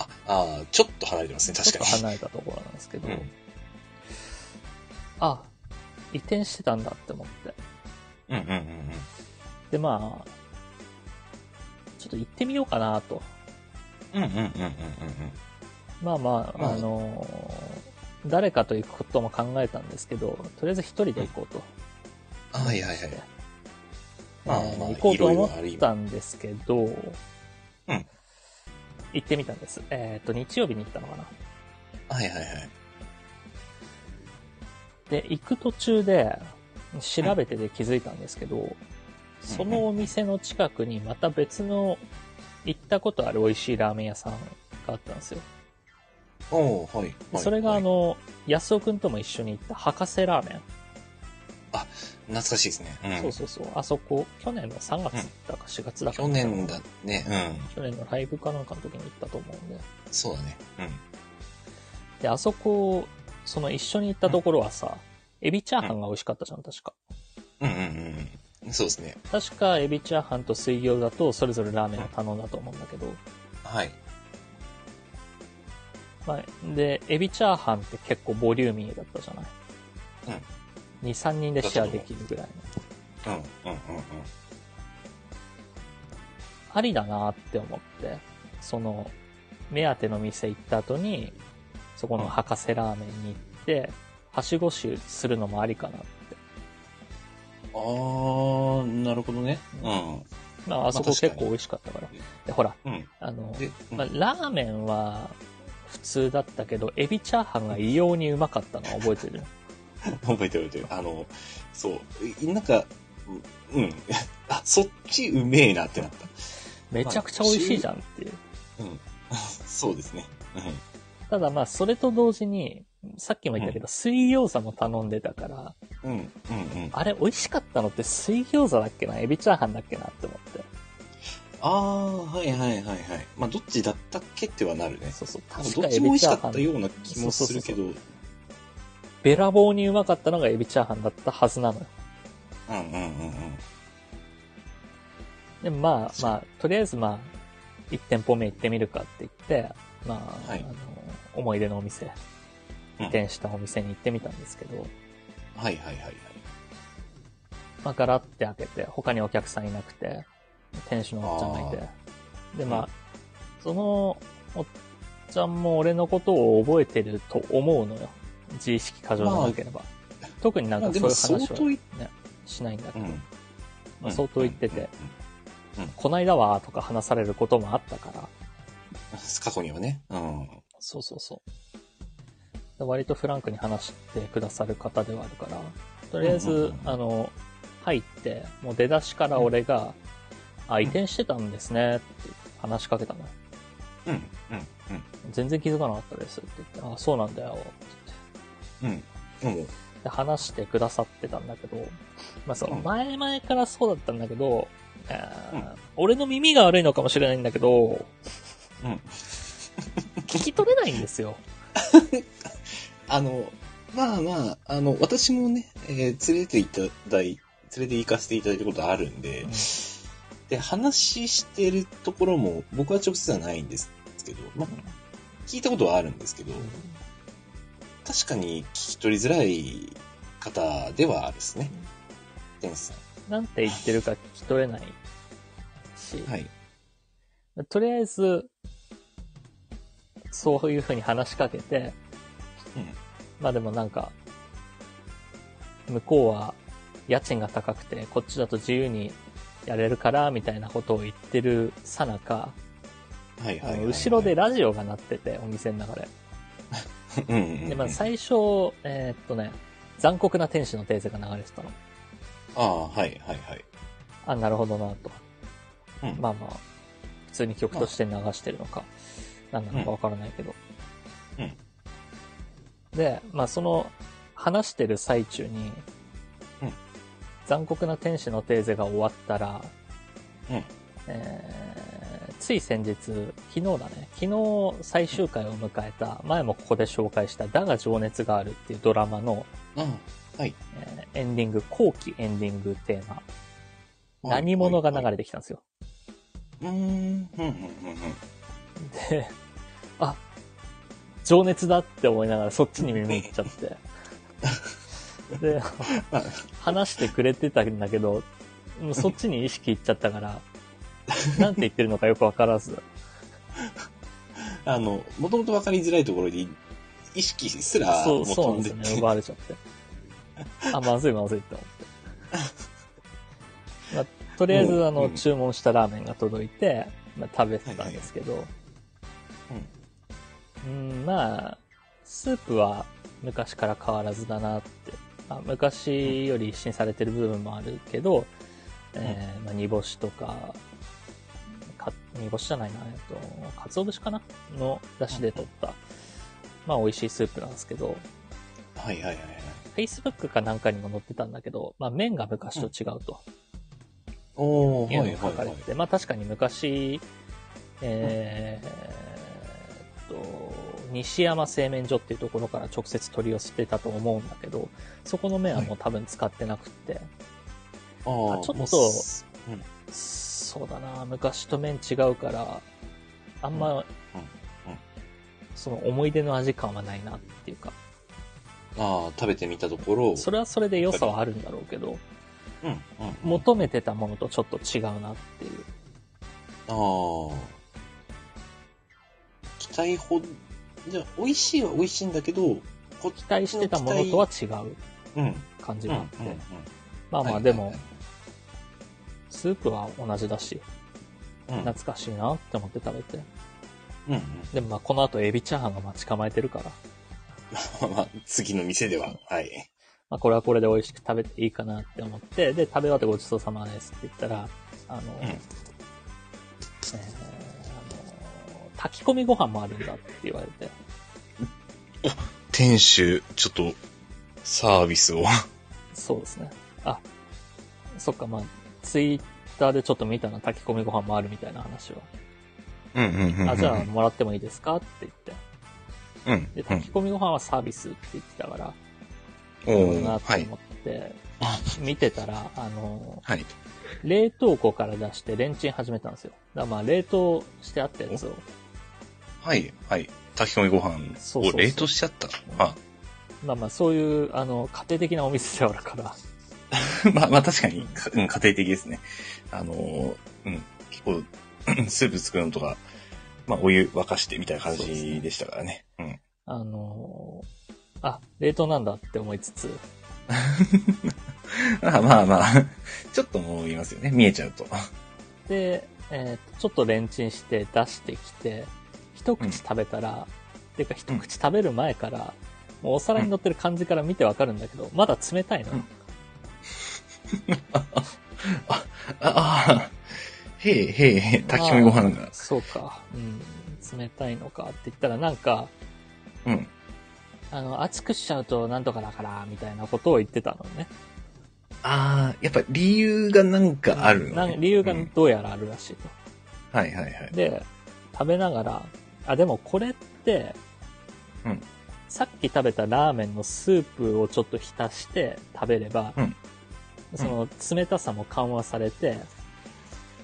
あ、あーちょっと離れてますね、確
ちょ
か
っと離れたところなんですけど、
に。うん。
あ、移転してたんだって思って。
うん、うん、うんうん。
で、まあ、ちょっと行ってみようかなと。
うんうんうんうんうん
まあま
ま
あ、
あ
あのー誰かと行くことも考えたんですけど、とりあえず一人で行こうと。
うん。はいはいはい。まあ
えー
まあ
行こうと
いろ
思
いろあり
ったんですけど、
うん
行ってみたんです。えっ、と、日曜日に行ったのかな。
はいはいはい。
で、行く途中で、調べてで気づいたんですけど、そのお店の近くにまた別の行ったことある美味しいラーメン屋さんがあったんですよ。
おーはい。
で
はい
それが
は
あ
い
の、安尾くんとも一緒に行った博士ラーメン。
懐かしいですね。うん。
そうそうそう。あそこ、去年の3月だか4月だか。
去年。だね。
去年のライブかなんかの時に行ったと思うんで。
うん。そうだね。うん。
で、あそこ、その一緒に行ったところはさ、エビチャーハンが美味しかったじゃん、確か。
うんうんうん。そうですね。
確か、エビチャーハンと水餃子とそれぞれラーメンを頼んだと思うんだけど。
はい。
まあ、で、エビチャーハンって結構ボリューミーだったじゃない。2、3人でシェアできるぐらいの。
うん。うんうんうんうん。
ありだなって思って、その、目当ての店行った後に、そこの博士ラーメンに行って、はしご酒するのもありかな。
あー、なるほどね。う
まあ、あそこ
まあ確かに
結構美味しかったから。で、ほら、
ん。うん。
あの、
で、うん
まあ、ラーメンは普通だったけど、エビチャーハンが異様にうまかったのは覚えてる。
覚えてる覚えてる。あの、そう。いなんか、ううん。 あ、そっちうめえなってなった。
めちゃくちゃ美味しいじゃんっていう。
うん。そうですね。うん。
ただまあ、それと同時に、さっきも言ったけど、水餃子も頼んでたから、
うん。うんうん。
あれ美味しかったのって水餃子だっけなエビチャーハンだっけなって思って。
あー、はいはいはいはい。まあ、どっちだったっけってはなるね。
そうそう、確か
どっちも美味しかったような気もするけど、
そう
うん
べらぼうにうまかったのがエビチャーハンだったはずなのよ。
うんうんうん。
で、まあまあ、とりあえずまあ、1店舗目行ってみるかって言って、まあ、
はい
あの思い出のお店、
うん
移転したお店に行ってみたんですけど、
はいはいはいはい。
まあ、ガラって開けて、他にお客さんいなくて、店主のおっちゃんがいて、で、まあ、
うん
そのおっちゃんも俺のことを覚えてると思うのよ。自意識過剰でなければ。特になん
ま
か
あで
そうい
も
う話
相当
はい
っ
しないんだけど
う、ん。
まあ、相当言ってて、
うんうん
こないだはとか話されることもあったから、
過去にはね。うん。
そうそうそう。で割とフランクに話してくださる方ではあるから、とりあえず、
うんうんうん
あの、入って、もう出だしから俺が、あ、移転してたんですね、って話しかけたのよ。
うん。うん。うん。
全然気づかなかったですって言って、あ、そうなんだよ、って言って
うん。でも、
で話してくださってたんだけど、まあそう、
うん
前々からそうだったんだけど、えー俺の耳が悪いのかもしれないんだけど、
うん。
聞き取れないんです よ。
あの、まあまあ、あの、私もね、えー連れていただい、連れて行かせていただいたことあるんで、で、話してるところも、僕は直接はないんですけど、まあ、聞いたことはあるんですけど、確かに聞き取りづらい方ではあるですね。天使さ
なんて言ってるか聞き取れないし、
ん。はい。
とりあえず、そういうふうに話しかけて、
うん
まあでもなんか、向こうは家賃が高くて、こっちだと自由にやれるから、みたいなことを言ってるさなか、
はい
あ
はいはい、
の後ろで、ラジオが鳴ってて、お店の中で。
うんうんうん、
で、まあ最初、えーっとね、残酷な天使のテーゼが流れてたの。
ああ、はいはいはい。
あ、なるほどなと。
うん
まあまあ、普通に曲として流してるのか、何なのかわからないけど。
うん
で、まあその、話してる最中に、
うん
残酷な天使のテーゼが終わったら、
うん
えーつい先日、昨日だね、昨日最終回を迎えた、前もここで紹介した、だが情熱があるっていうドラマの、
あ
えーエンディング、後期エンディングテーマ、
あ
何者が流
れ
れてきたんですよ。
うーん、うん、うん、うん。うん
で、あ、情熱だって思いながらそっちに耳打っちゃ って。で、
まあ
話してくれてたんだけど、もうそっちに意識いっちゃったから、なんて言ってるのかよくわから ず。
あの、もともと分かりづらいところに、意識すら
そ
も
う、
う
そう
飛
なんで
んです
よね。
って、
奪われちゃって。あ、まずいまずいって思って。まあ、とりあえ
う
ず、
ん
あの、
うん
注文したラーメンが届いて、まあ、食べてたんですけど、うん、まあ、スープは昔から変わらずだなって。まあ、昔より一新されてる部分もあるけど、えーまあ、煮干しとか、か煮干しじゃないな、えっと、鰹節かなの出汁で取った、まあ、美味しいスープなんですけど、
はいはいはいはい。
Facebook かなんかにも載ってたんだけど、まあ、麺が昔と違うと
おー、
いう
はい
のが
は
書か
い
れ
はい
て。て、まあ、確かに昔、えーっと、西山製麺所っていうところから直接取り寄せてたと思うんだけど、そこの麺はもう多分使ってなくって、
あー
あちょっと
もうす
そうだな、昔と麺違うから、あんま、
うん
その思い出の味感はないなっていうか、
あー食べてみたところ、
それはそれで良さはあるんだろうけど、
うん、うんうん。
求めてたものとちょっと違うなっていう。
あー期待ほ、じゃあ美味しいは美味しいんだけど、こ
期待してたものとは違う
うん、うん、
感じ
うん
が
う
あっ
ん
て、。まあまあ
はい
でも、、スープは同じだし、
はいはい
懐かしいなって思って食べて。
うん、うん
でもまあこの後エビチャーハンが待ち構えてるから、
うん。まあ、次の店では、はい。
まあこれはこれで美味しく食べていいかなって思って、で、食べ終わってごちそうさまですって言ったら、あの、
うん
えーあの炊き込みご飯もあるんだって言われて、
店主、ちょっと、サービスを。
そうですね。あ、そっかまあ、ツイッターでちょっと見たな炊き込みご飯もあるみたいな話を。
うんうんうんうん。
あ、じゃあもらってもいいですかって言って。
うん。
で、炊き込みご飯はサービスって言ってたから、
う
そ
ん、
うだ
お
な
ー
と
はい
思。って、
あ
見てたら、あの、
はい。
冷凍庫から出してレンチン始めたんですよ。だからまあ、冷凍してあったやつを。
はい、はい。炊き込みご飯
そうそう
を
そう
冷凍しちゃった。あ、
まあまあ、そういう、あの、家庭的なお店だから、
まあ、まあ確かに、かうん、家庭的ですね。あのーうん、結構、スープ作るのとか、まあお湯沸かしてみたいな感
そうですね
じでしたからね。うん。
あの、あ、冷凍なんだって思いつつ、
まあまあまあ、 ちょっと思いますよね。見えちゃうと。
で、えーちょっとレンチンして出してきて、一口食べたら、っていうか一口食べる前から、もうお皿に乗ってる感じから見てわかるんだけど、まだ冷たいの。
うんあ、あ、あ、へえへえへえ、炊き込みご飯
まあ
が。
そうか。うん。冷たいのかって言ったら、なんか、
うん。
あの、熱くしちゃうとなんとかだから、みたいなことを言ってたのね。
ああ、やっぱ理由がなんかあるの、
なん
ね。
理由が
うん
どうやらあるらしいと。
はいはいはい。
で、食べながら、あ、でもこれって、
うん
さっき食べたラーメンのスープをちょっと浸して食べれば、
うん
その冷たさも緩和されて、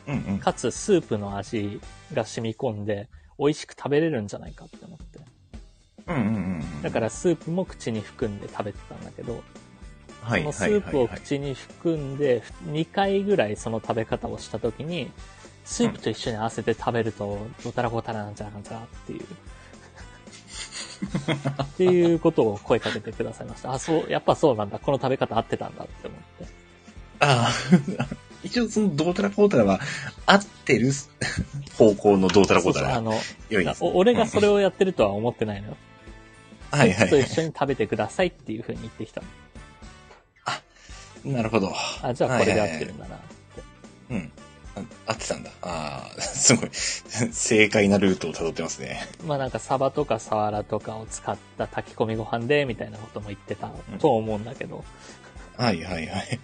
うんうん。
かつスープの味が染み込んで、美味しく食べれるんじゃないかって思って。
うんうんうんうん。
だからスープも口に含んで食べてたんだけど、
はい、
そ
は
の
い、
ス
はい。
ープを口に含んで、2回ぐらいその食べ方をした時に、スープと一緒に合わせて食べると、どたらぼたらなんちゃらなんちゃらっていう。っていうことを声かけてくださいました。あ、そう、やっぱそうなんだ。この食べ方合ってたんだって思って。
ああ、 一応そのどうたらこうたらは、合ってる方向のどうたらこうた
そうそうあ
ら
の、
良いです、ね。
お俺がそれをやってるとは思ってないのよ。
うん、はい
ス
は
ープと
い
一緒に食べてくださいっていう風に言ってきたの。
なるほど。
あ、じゃあこれで合って
はい
る
はい
んだな。
はいうん。あ合ってたんだ。ああ、 すごい。 正解なルートを辿ってますね。
まあなんかサバとかサワラとかを使った炊き込みご飯で、みたいなことも言ってたと思うんだけど。
はいはいはい。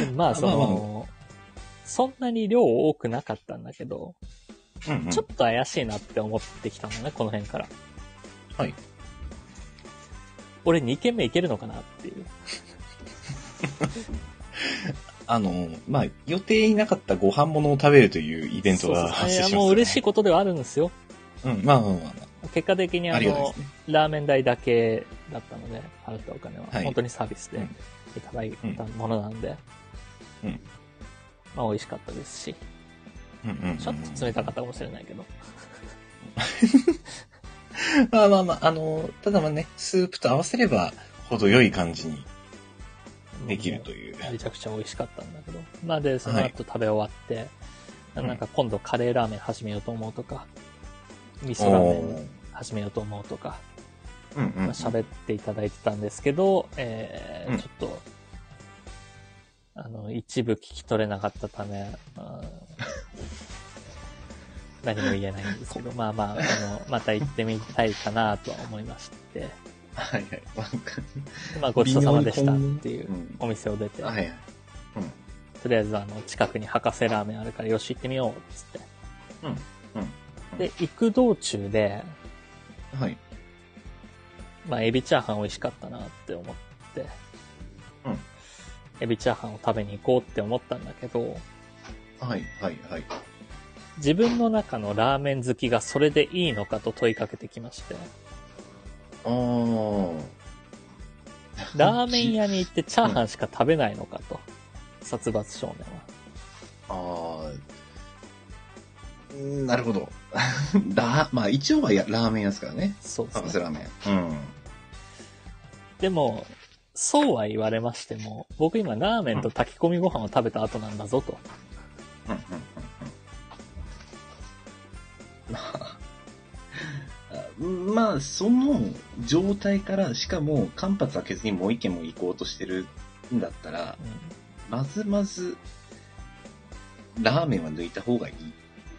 で もまあそ
まあ
の、そんなに量多くなかったんだけど、
うん、うん。
ちょっと怪しいなって思ってきたのね、この辺から。
はい。
俺2軒目いけるのかなっていう。
あの、まあ、予定になかったご飯物を食べるというイベントが
そう
発
そう
生
い
しま
や
した、ね。
もう嬉しいことではあるんですよ。
うん、まあまあまあま
結果的に
あ。
あ
ありがたいで
の
す、ね。
ラーメン代だけだったので、払ったお金は。
はい
本当にサービス
う
で
ん
いただいたものなんで。
うん
まあ、美味しかったですし、
うんうんうん
ちょっと冷たかったかもしれないけど。
まあまあまあ、あの、ただまあね、スープと合わせれば、程よい感じにできるという。
めちゃくちゃ美味しかったんだけど。まあで、その
はい
後食べ終わって、
うん
なんか今度カレーラーメン始めようと思うとか、味
お
噌ラーメン
ー
始めようと思うとか、
うんうんう
ま
ん。
あ喋っていただいてたんですけど、えー
うん
ちょっと、あの、一部聞き取れなかったため、 あー何も言えないんですけど、まあまあ、あの、また行ってみたいかなとは思いまして、
はいはい。わかる
まあごちそうさまでしたっ
微妙に混ん
ていう
うん
お店を出て、
はいはい。
とりあえずあの近くに博士ラーメンあるからよし行ってみようっつって
うん。
で行く道中で、
うん。はい。
まあ、エビチャーハン美味しかったなって思って、
うん
エビチャーハンを食べに行こうって思ったんだけど
はいはいはい。
自分の中のラーメン好きがそれでいいのかと問いかけてきまして
あー。
ラーメン屋に行ってチャーハンしか食べないのかと、殺伐少年は
あーうんなるほど。 ラまあ一応はやラーメン屋ですからね。
そうで
博
す
士
ね
ラーメン。うん。
でもそうは言われましても僕今ラーメンと炊き込みご飯を食べた後なんだぞと
うんうんうん うんまああまあ、その状態から、しかも間髪開けずにもう一軒も行こうとしてるんだったら、まずまず、ラーメンは抜いた方がいい。
うん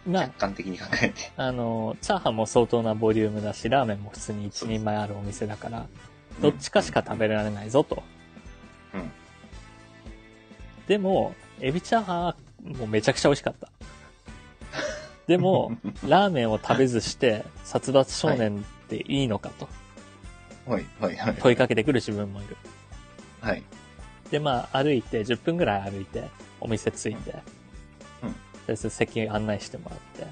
まあ
客観的に考えて。
あの、チャーハンも相当なボリュームだし、ラーメンも普通に一人前あるお店だから、どっちかしか食べられないぞと。
うん
でも、エビチャーハンもめちゃくちゃ美味しか った。でも、ラーメンを食べずして、殺伐少年っていいのかと
はい、はい、はい。
問いかけてくる自分もいる。
はい。
で、まあ、歩いて、10分ぐらい歩いて、お店着いて、
うんうん
で席案内してもらって、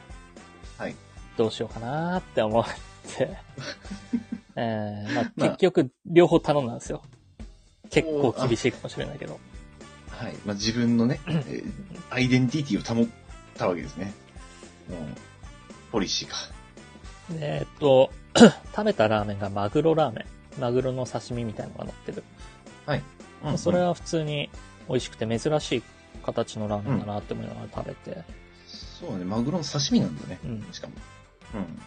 はい
どうしようかなーって思 って、えーま
ま
あ、
あ
結局、両方頼んだんですよ。結構厳しいかもしれないけど。
はい。まあ、自 分のね、えーアイデンティティを保ったわけですね。うん。ポリシーか。
でえっと、 食べたラーメンがマグロラーメン。マグロの刺身みたいのが乗ってる。
うん、
それは普通に美味しくて珍しい形のラーメンだなって思いながら食べて、
そうだね、マグロの刺身なんだね。
うん
しかも。うん。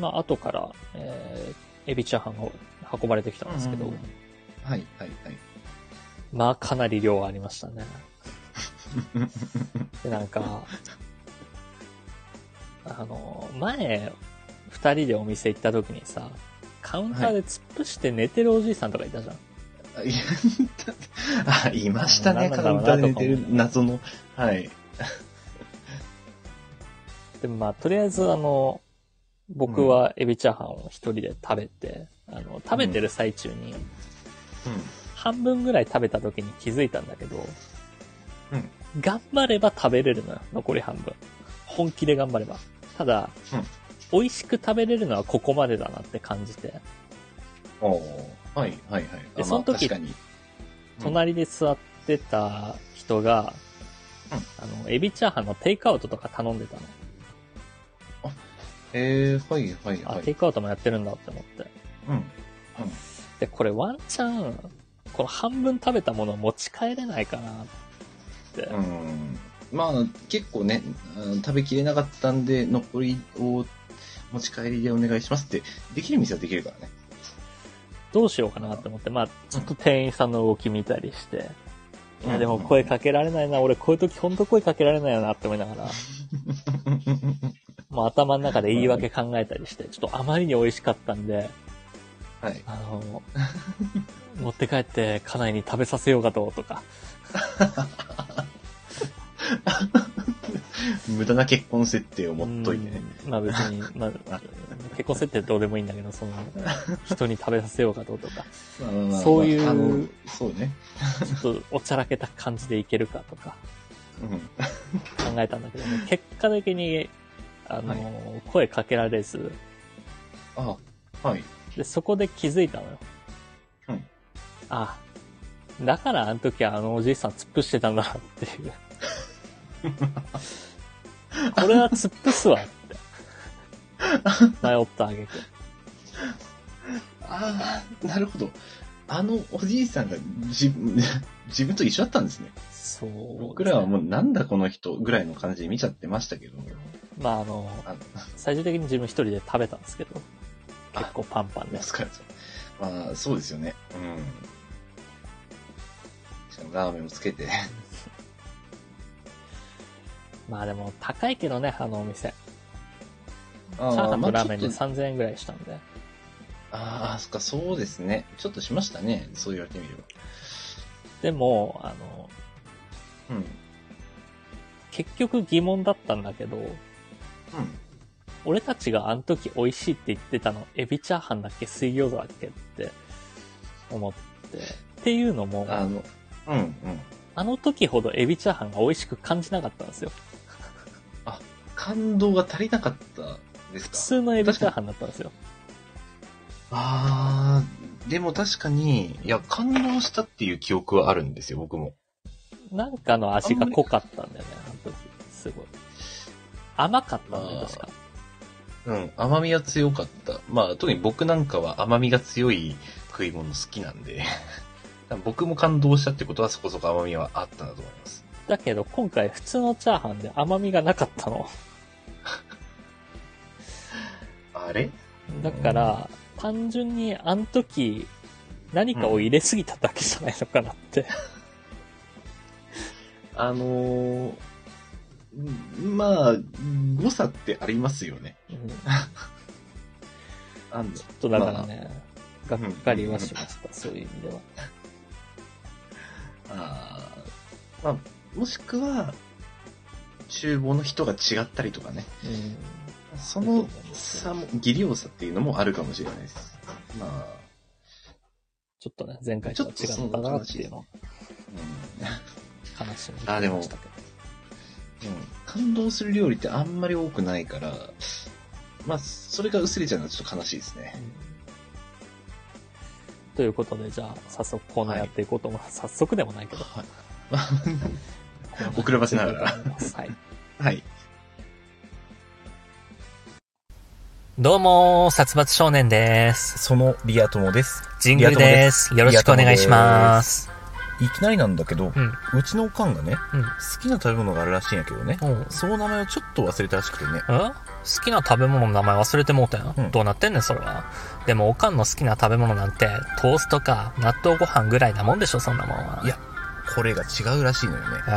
まあ、後から、えーエビチャーハンが運ばれてきたんですけど、
はい、はい、はい。
まあ、かなり量ありました ね。で、なんか、あの、前、二人でお店行った時にさ、カウンターで突っ伏して寝てるおじいさんとかいたじゃん。
あいや あ、いましたね、
なん
カ
だ
ウ
ろう
ン
な
ターで寝てる謎の。はい。
でもまあ、とりあえず、あの、僕はエビチャーハンを一人で食べて、あの、食べてる最中に、半分ぐらい食べた時に気づいたんだけど、
うん
頑張れば食べれるのよ、残り半分。本気で頑張れば。ただ、
うん
美味しく食べれるのはここまでだなって感じて、
おおーはい、はい、はい。あ
でその時
まあ確かに。うん
隣で座ってた人が、あの、エビチャーハンのテイクアウトとか頼んでたの。
えー、はい、はい、
あ、
は
テイ
い。
クアウトもやってるんだって思って。
うん。
で、これワンチャン、この半分食べたものを持ち帰れないかなって。
うん。まあ、結構ね、うん食べきれなかったんで、残りを持ち帰りでお願いしますって、できる店はできるからね。
どうしようかなって思って、まあ、ちょっと店員さんの動き見たりして、いや、でも
うん
声かけられないな、俺こういう時ほんと声かけられないよなって思いながら、もう頭の中で言い訳考えたりして、ちょっとあまりに美味しかったんで、
はい。
あ の、持って帰って家内に食べさせようかと、とか、
無駄な結婚設定を持っといてね。
うんまあ別に、まあ、結婚設定どうでもいいんだけど、その、人に食べさせようかどうとか、
まあまあまあまあ
そういう
あのそうね。
ちょっとおちゃらけた感じでいけるかとか
うん。
考えたんだけどね、結果的に、あの、声かけられず、
あ、はい。
で、そこで気づいたのよ。
うん
あ、だからあの時はあのおじいさん突っ伏してたんだなっていう。 これは突っ伏すわって。迷ったあげて。
ああ、なるほど。あのおじいさんが 自分自分と一緒だったんですね。
そう、
僕らはもうなんだこの人ぐらいの感じで見ちゃってましたけど。
まああの、
あ
最終的に自分一人で食べたんですけど、
あ
結構パンパン
お
で。
疲れ様。まあ、そうですよね。うん。しかもラーメンをつけてね。
まあでも高いけどね、あのお店。チ
あ
ャーハン
ま
と
あ
ラーメン
ち
で
ょっと
3000円ぐらいしたんで。
ああ、そっか、そうですね。ちょっとしましたね。そう言われてみれば。
でも、あの、
うん。うん。
結局疑問だったんだけど、俺たちがあの時美味しいって言ってたの、エビチャーハンだっけ水餃子だっけって思って。っていうのも、
あの、うん、うん。
あの時ほどエビチャーハンが美味しく感じなかったんですよ。
感動が足りなかったです
普
か
通のエビチャーハンだったんですよ。
ああ、でも確かに、いや、感動したっていう記憶はあるんですよ、僕も。
なんかの味が濃かったんだよね、あの時。すごい。甘かったんだよ、
あー
確か。
うん、甘みは強かった。まあ、特に僕なんかは甘みが強い食い物好きなんで、 僕も感動したってことはそこそこ甘みはあったなと思います。
だけど、今回普通のチャーハンで甘みがなかったの。
あれ
だから、単純にあの時、何かを入れすぎただけじゃないのかな って。
あのー、うんまあ、誤差ってありますよね。
うん
あん
ちょっとだからね、が
あ
っかりはしました、そういう意味では。
あーまあ、もしくは、厨房の人が違ったりとかね。その差も、技量差っていうのもあるかもしれないです。まあ、
ちょっとね、前回とは違ったなっていうのを
うん。
話しに
あでも
したけど。
うん感動する料理ってあんまり多くないから、まあ、それが薄れちゃうのはちょっと悲しいですね。
ということで、じゃあ、早速コーナーやっていこうと思います。早速でもないけど。
はい。まあ 遅ればせながら
はい。
はい。
どうも、殺伐少年です。
そのリア友です。
ジ。
ングルですよろしくお願いします
す。
いきなりなんだけど、
うん。
うちのおかんがね、
うん
好きな食べ物があるらしいんやけどね、その名前をちょっと忘れたらしくてね。
え好きな食べ物の名前忘れてもうたよ、
うん
どうなってんねんそれはでもおかんの好きな食べ物なんてトーストか納豆ご飯ぐらいなもんでしょそんなもんはい
やこれが違うらしいのよね。
え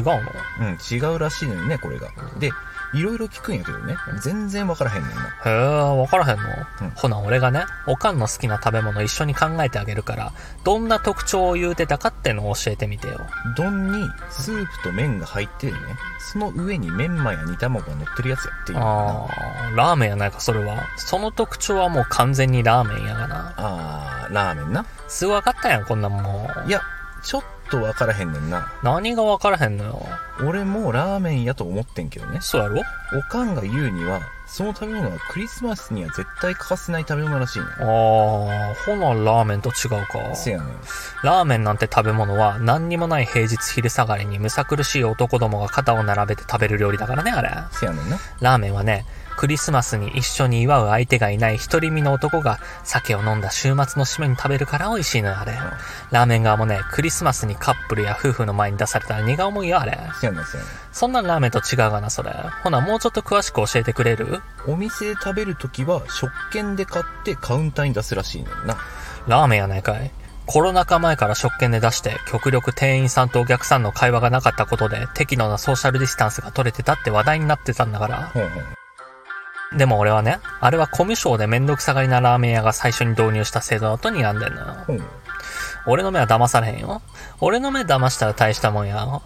違うの
うん、違うらしいのよね、これが。で、いろいろ聞くんやけどね、全然わからへんねんな。
へえ分からへんの、
うん
ほな俺がねおかんの好きな食べ物一緒に考えてあげるからどんな特徴を言うてたかってのを教えてみてよ
丼にスープと麺が入ってるね。その上にメンマや煮卵が乗ってるやつやっていうのかな
あーラーメンやないかそれはその特徴はもう完全にラーメンやがな
あー、ラーメンな。
すぐ分かったやんこんなんもう
いや、ちょっとわからへんねんな。
何が分からへんのよ
俺もラーメンやと思ってんけどね。
そうやろ
おかんが言うには、その食べ物はクリスマスには絶対欠かせない食べ物らしいね。
ああほなラーメンと違うか
せやねん。
ラーメンなんて食べ物は何にもない平日昼下がりにむさ苦しい男どもが肩を並べて食べる料理だからね、あれ。
せやねんな。
ラーメンはね、クリスマスに一緒に祝う相手がいない独り身の男が酒を飲んだ週末の締めに食べるから美味しいのよ、あれ。ラーメン側もね、クリスマスにカップルや夫婦の前に出されたら苦思いよ、あれ。
せやねん、せやね
そんなんラーメンと違うがな、それ。ほな、もうちょっと詳しく教えてくれる
ん。お店で食べるときは、食券で買ってカウンターに出すらしいねんな。
ラーメンやないかい。コロナ禍前から食券で出して、極力店員さんとお客さんの会話がなかったことで、適度なソーシャルディスタンスが取れてたって話題になってたんだから。
ほんほん。
でも俺はね、あれはコミュ障でめんどくさがりなラーメン屋が最初に導入した制度だと睨んでんのよ。
ほん。
俺の目は騙されへんよ。俺の目騙したら大したもんや。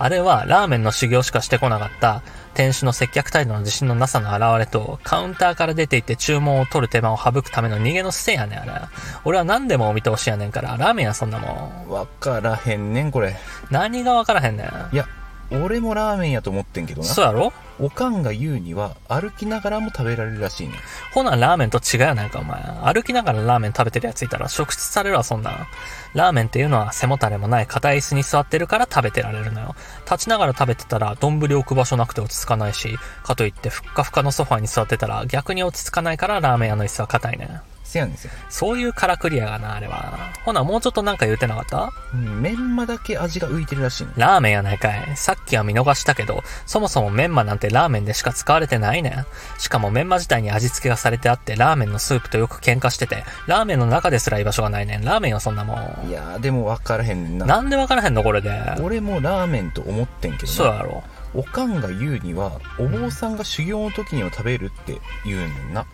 あれはラーメンの修行しかしてこなかった店主の接客態度の自信のなさの表れとカウンターから出て行って注文を取る手間を省くための逃げの姿勢やねんあれ。俺は何でもお見通しやねんからラーメンやそんなもん。
わからへんねん、これ。
何がわからへんねん。
いや、俺もラーメンやと思ってんけどな
そうやろ
おかんが言うには歩きながらも食べられるらしいねん
ほな、ラーメンと違うやないか、お前。歩きながらラーメン食べてるやついたら、食質されるわ、そんなん。ラーメンっていうのは背もたれもない硬い椅子に座ってるから食べてられるのよ。立ちながら食べてたら、丼置く場所なくて落ち着かないし、かといってふっかふかのソファに座ってたら、逆に落ち着かないからラーメン屋の椅子は硬いね。
せやねんせやね
そういうからくりやがな、あれは。ほな、もうちょっとなんか言うてなかった
んうんメンマだけ味が浮いてるらしいねん
ラーメンやないかい。さっきは見逃したけど、そもそもメンマなんてラーメンでしか使われてないねん。しかもメンマ自体に味付けがされてあって、ラーメンのスープとよく喧嘩してて、ラーメンの中ですら居場所がないねん。ラーメンはそんなもん。
いやーでも分からへんねんな
なんでわからへんのこれで。
俺もラーメンと思ってんけど
そう
な
やろ。
おかんが言うにはお坊さんが修行の時には食べるって言うねんな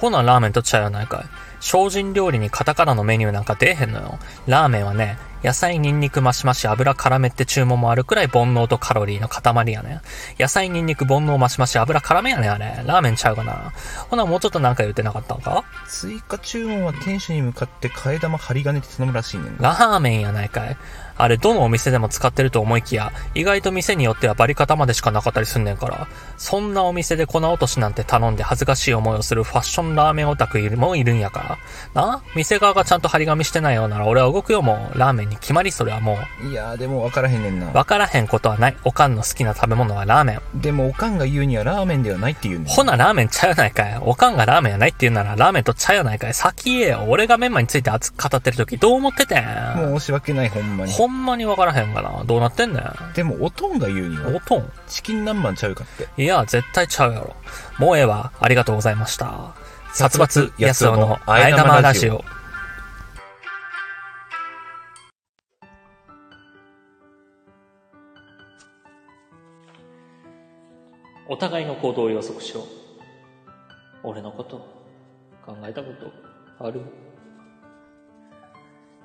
ほなラーメンとちゃうやないかい。精進料理にカタカナのメニューなんか出えへんのよ。ラーメンはね、野菜、ニンニク、マシマシ、油絡めって注文もあるくらい煩悩とカロリーの塊やねん。野菜、ニンニク、煩悩、マシマシ、油絡めやねん、あれ。ラーメンちゃうかな。ほな、もうちょっとなんか言ってなかったんか
追加注文は店主に向かって替え玉針金で頼むらしいねんな
ラーメンやないかい。あれ、どのお店でも使ってると思いきや、意外と店によってはバリ方までしかなかったりすんねんから、そんなお店で粉落としなんて頼んで恥ずかしい思いをするファッションラーメンオタクもいるんやから。な店側がちゃんと張り紙してないようなら俺は動くよもう。ラーメンに決まりそれはも
いやーでも分からへんねん
う。
な
わからへんことはない。おかんの好きな食べ物はラーメン。
でもおかんが言うにはラーメンではないって言うねん
ほなラーメンちゃうやないかい。おかんがラーメンやないって言うならラーメンとちゃうやないかい。先言えよ。俺がメンマについて熱く語ってる時どう思っててん。
もう申し訳ないほんまに
ほんまにわからへんがな。どうなってんねん。
でもおとんが言うには
おとん
チキン南蛮ちゃうかって
いや、絶対ちゃうやろ。もうええわ。ありがとうございました。殺伐安男のあえ玉ラジオ。お互いの行動を予測しろ。俺のこと、考えたこと、ある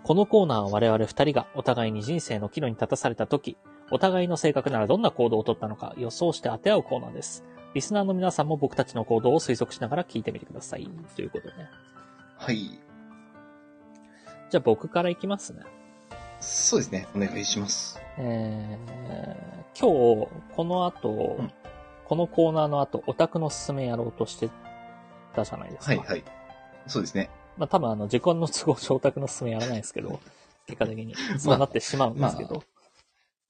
このコーナーは我々二人がお互いに人生の岐路に立たされた時、お互いの性格ならどんな行動を取ったのか予想して当て合うコーナーです。リスナーの皆さんも僕たちの行動を推測しながら聞いてみてください。ということでね。
はい
じゃあ僕からいきますね。
そうですねお願いします
えー、今日、この後、
ん
このコーナーの後、オタクのすすめやろうとしてたじゃないですか。
はいはいそうですね
まあ多分あの、時間の都合上オタクのすすめやらないですけ ど、結果的にそうなってしまうんですけど。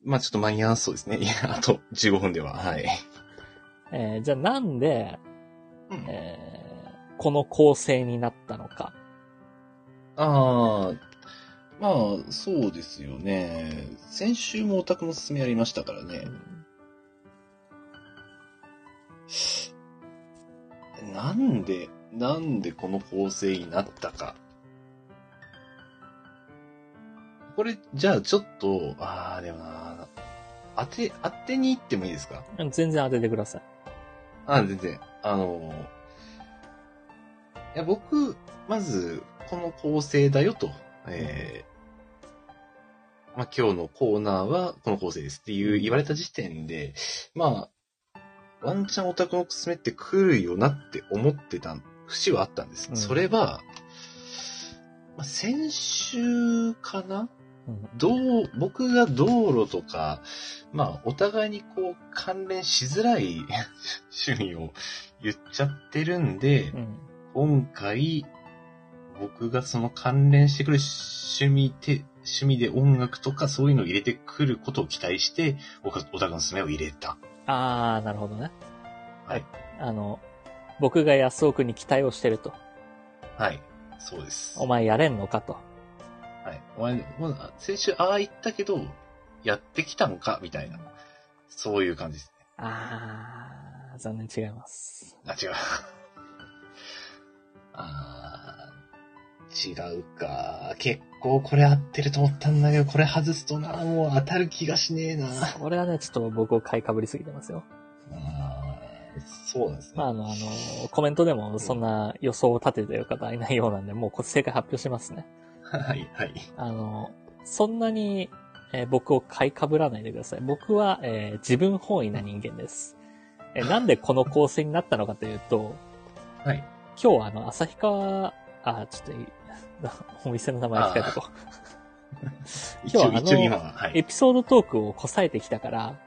まあちょっと間に合わそうですねいやあと15分でははい、
えーじゃあなんで、
うん
えーこの構成になったのか。
ああ、まあ、そうですよね。先週もオタクの勧めありましたからね。なんで、なんでこの構成になったか。これ、じゃあちょっと、ああ、でもな、当て、当てに行ってもいいですか
全然当ててください。
あ全然。あの、いや、僕、まず、この構成だよと、えー、まあ、今日のコーナーはこの構成ですっていう言われた時点で、まあ、ワンチャンオタクのおすすめって来るよなって思ってた節はあったんです。
うん
それは、まあ、先週かな
うん
どう、僕が道路とか、まあ、お互いにこう、関連しづらい 趣味を言っちゃってるんで、
うん
今回、僕がその関連してくる趣味て、趣味で音楽とかそういうのを入れてくることを期待して、僕はお互いの勧めを入れた。
あー、なるほどね。
はい。
あの、僕が安尾くんに期待をしてると。
はい。そうです。
お前やれんのかと。
はい。お前、もう先週ああ言ったけど、やってきたのかみたいな。そういう感じです。
あー、残念違います。
あ、違う。 あー違うか。結構これ合ってると思ったんだけど、これ外すとな、もう当たる気がしねえな。
これはね、ちょっと僕を買いかぶりすぎてますよ。
あーそうなんですね。
まあ、あの、あの、コメントでもそんな予想を立ててる方はいないようなんで、もうこ正解発表しますね。
はい、はい。
あの、そんなに、えー僕を買いかぶらないでください。僕は、えー自分本位な人間です。えーなんでこの構成になったのかというと、
はい。
今日あの、旭川、あ、ちょっといい、 お店の名前控えとこう。
一
今日はあ
応、
の
一応今は、は
エ
い。
ピソードトークをこさえてきたから、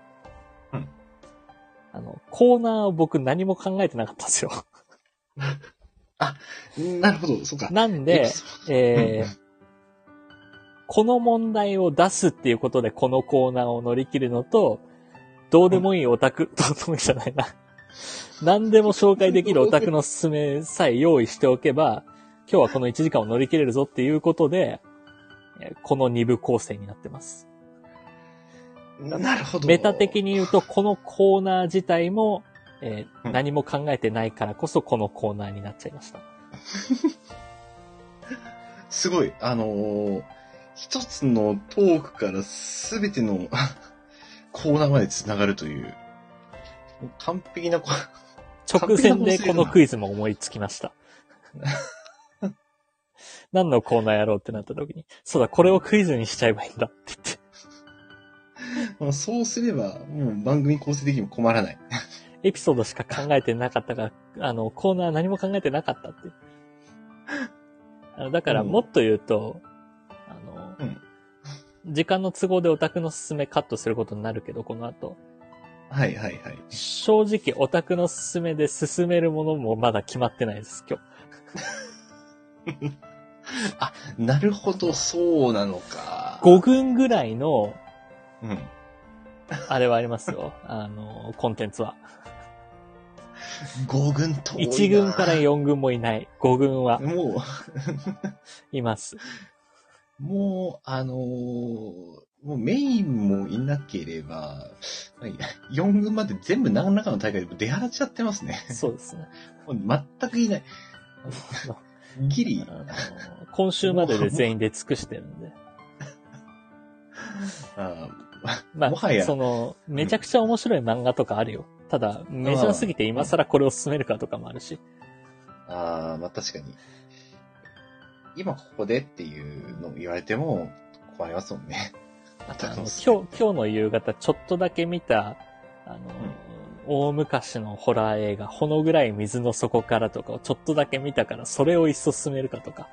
うん
あの、コーナー僕何も考えてなかったんですよ。
なるほど、そうか。
なん
エピ
で、
ソー
え
う
ー、この問題を出すっていうことでこのコーナーを乗り切るのと、どうでもいいオタク、 どうでもいいじゃないな。何でも紹介できるオタクのすすめさえ用意しておけば、今日はこの1時間を乗り切れるぞっていうことで、えーこの2部構成になってます。
ドなるほど。
メタ的に言うと、このコーナー自体も、えー
うん
何も考えてないからこそこのコーナーになっちゃいました。
すごい、あのー一つのトークからすべての コーナーまで繋がるという、もう完璧なコー
直前でこのクイズも思いつきま した。何のコーナーやろうってなった時に、そうだ、これをクイズにしちゃえばいいんだって言って。
ナー。そうすれば、もう番組構成的にも困らない。
エピソードしか考えてなかったから、あの、コーナー何も考えてなかったって。あのだから、
うん
もっと言うと、あの、
うん
時間の都合でオタクの勧めカットすることになるけど、この後。
はいはいはい。
正直、オタクの勧めで進めるものもまだ決まってないです、今日。
なるほど、そうなのか。
5軍ぐらいの、
うん。
あれはありますよ。あの、コンテンツは。
5軍と多いな。
1軍から4軍もいない。5軍は
も
います。
う、もう、あのーもうメインもいなければ、4軍まで全部何らかの大会で出払っちゃってますね。
そうですね。
もう全くい ない。ギリ
あ。の今週までで全員で尽くしてるんで。
あ
まあ、
もはや
その、めちゃくちゃ面白い漫画とかあるよ。ただ、メジャーすぎて今更これを進めるかとかもあるし。
あー、まあ確かに。今ここでっていうのを言われても困りますもんね。
あとあの、
そ
今
うっ
日
すね、
今日の夕方、ちょっとだけ見た、あの、大昔のホラー映画、ほのぐらい水の底からとかをちょっとだけ見たから、それをいっそ進めるかと か、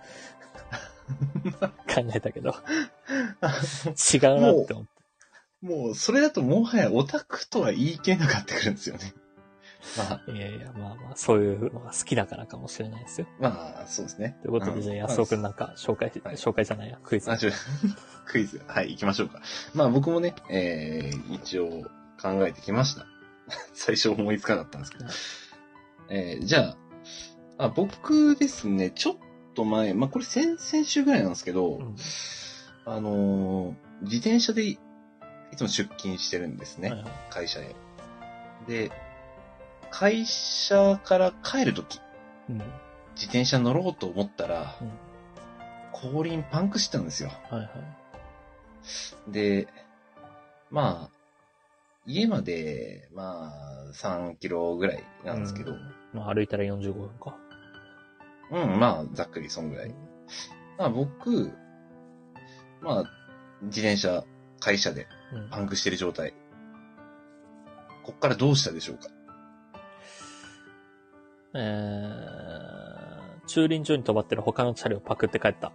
考えたけど、違うなって思って。
もう、それだともはやオタクとは言い切れなかってくるんです よね。まあ、
いやいや、まあまあ、そういうのが好きだからかもしれないですよ。
まあ、そうですね。
ということで、じゃあ、安尾くんなんか紹介、
はい
紹介じゃないや、クイズ
あ、。ちょ、 クイズ。はい、行きましょうか。まあ僕もね、えー、一応考えてきました。 最初思いつかなかったんですけど
はい。
えー、じゃあ、あ、僕ですね、ちょっと前、まあこれ先々週ぐらいなんですけど、
うん
あのー自転車でいつも出勤してるんですね、
はい
会社へ。で、会社から帰るとき、
うんは
自転車乗ろうと思ったら、
うん
後輪パンクしてたんですよ。
いはい。
で、まあ、家まで、まあ、3キロぐらいなんですけど、
まあ、歩いたら45分か。
うん、まあ、ざっくりそんぐらい。まあ、僕、まあ、自転車、会社で
うん
パンクしてる状態。こっからどうしたでしょうか
えー、駐輪場に止まってる他の車両パクって帰った。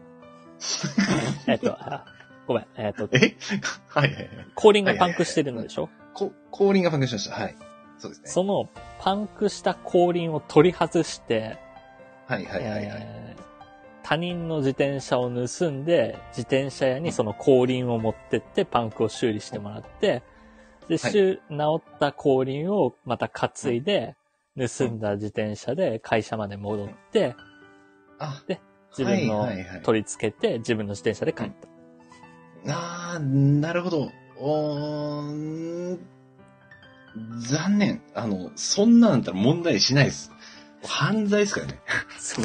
えっと、あごめん、えっと、
え はいはいはい。
後輪がパンクしてるんでしょ
こ、後輪がパンクしました。はい。そうですね。
そのパンクした後輪を取り外して、
はいはいはいはい。
えー他人の自転車を盗んで、自転車屋にその後輪を持ってってパンクを修理してもらって、で、
はい
修治った後輪をまた担いで、盗んだ自転車で会社まで戻って、
あ、
自分の
はいはいはい
取り付けて自分の自転車で帰った。
あー、なるほど。おーん残念。あの、そんなんだったら問題しないです。犯罪ですからね。
そ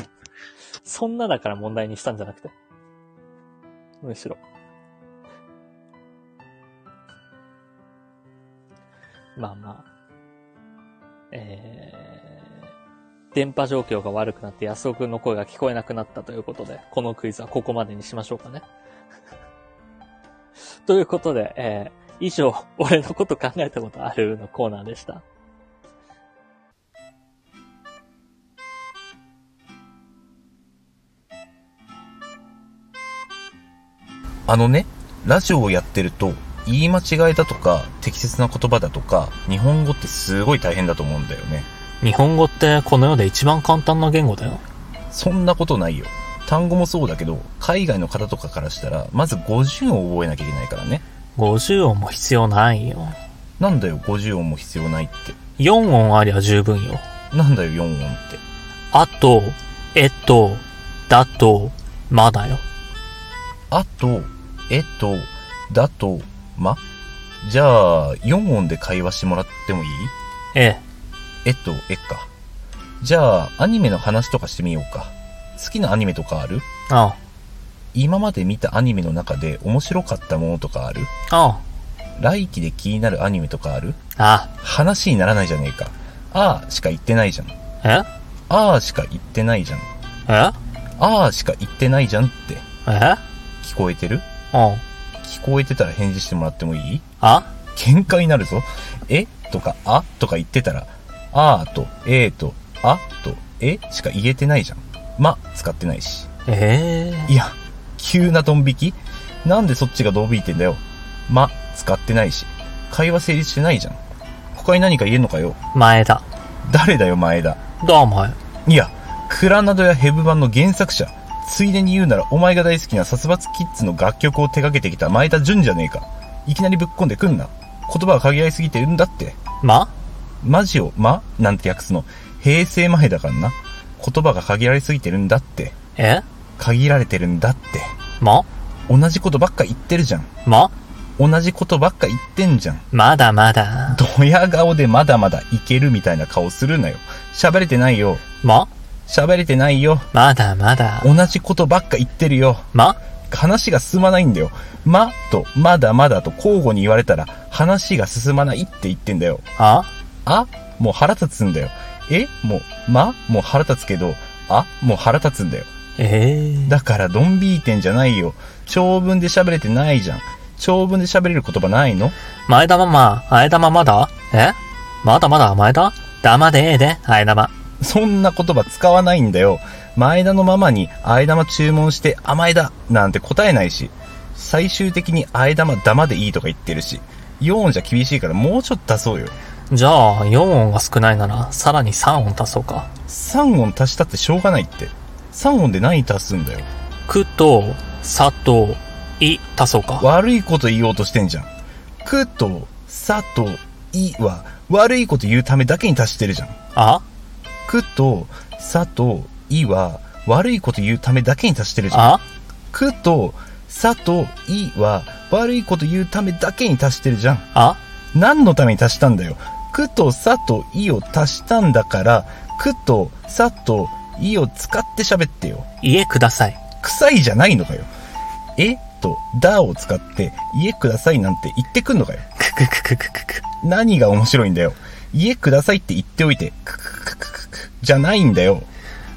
そんなだから問題にしたんじゃなくて。むしろ。まあまあ。えー、電波状況が悪くなって安尾くんの声が聞こえなくなったということで、このクイズはここまでにしましょうかね。 ということで、えー、以上、俺のこと考えたことあるのコーナーでした。
あのね、ラジオをやってると、
言い間違いだとか、適切な言葉だとか、日本語ってすごい大変だと思うんだよね。
日本語ってこの世で一番簡単な言語だよ。
そんなことないよ。単語もそうだけど、海外の方とかからしたら、まず50音を覚えなきゃいけないからね。
50音も必要ないよ。
なんだよ、50音も必要ないっ
4音ありゃ十分よ。
て。なんだよ、4音って。
あと、えっと、だと、まだよ。
あと、えっと、だと、まじゃあ、4音で会話してもらってもいい
ええ、
えっと、えっか。じゃあ、アニメの話とかしてみようか。好きなアニメとかある
あ
今まで見たアニメの中で面白かったものとかある
あ、あ
来期で気になるアニメとかある
あ、あ
話にならないじゃねえか。あーしか言ってないじゃん。
え
あーしか言ってないじゃん。
え
あーしか言ってないじゃんって
え
聞こえてる
うん。
聞こえてたら返事してもらってもいい
あ
喧嘩になるぞ。えとか、あとか言ってたら、あーと、えーと、あと、えしか言えてないじゃん。ま、使ってないし。
ええ
いや、急なドン引きなんでそっちがドン引いてんだよ。ま、使ってないし。会話成立してないじゃん。他に何か言えんのかよ。
前田。
誰だよ、前田。
どうもよ。
いや、クラナドやヘブ版の原作者。ついでに言うなら、お前が大好きな殺伐キッズの楽曲を手掛けてきた前田純じゃねえか。いきなりぶっこんでくんな。言葉が限られすぎてるんだって。
ま
マジを、ま、なんて訳すの。平成前だからな。言葉が限られすぎてるんだって。
え
限られてるんだって。
ま
同じことばっか言ってるじゃん。
ま
同じことばっか言ってんじゃん。
まだまだ。
ドヤ顔でまだまだいけるみたいな顔するなよ。喋れてないよ。
ま
喋れてないよ。
まだまだ。
同じことばっか言ってるよ。
ま
話が進まないんだよ。まとまだまだと交互に言われたら話が進まないって言ってんだよ。
あ
あもう腹立つんだよ。えもう、まもう腹立つけど、あもう腹立つんだよ。
ええ
だからドンビーてんじゃないよ。長文で喋れてないじゃん。長文で喋れる言葉ないの
前田ママ、前田ママだえまだまだ前田黙でええで、前田マ。
そんな言葉使わないんだよ。前田のママに、あえ玉注文して、甘えだなんて答えないし、最終的に、あえ玉ダマでいいとか言ってるし、4音じゃ厳しいからもうちょっと足そうよ。
じゃあ、4音が少ないなら、さらに3音足そうか。
3音足したってしょうがないって。3音で何足すんだよ。
くと、さと、い、足そうか。
悪いこと言おうとしてんじゃん。くと、さと、いは、悪いこと言うためだけに足してるじゃん。
あ
くと、さと、いは、悪いこと言うためだけに足してるじゃん。
あ
くと、さと、いは、悪いこと言うためだけに足してるじゃん。
あ
何のために足したんだよ。くと、さと、いを足したんだから、くと、さと、いを使って喋ってよ。
家ください。
臭いじゃないのかよ。えと、だを使って、家くださいなんて言ってくんのかよ。
くくくくくくく。
何が面白いんだよ。家くださいって言っておいて、くくくくくく、じゃないんだよ。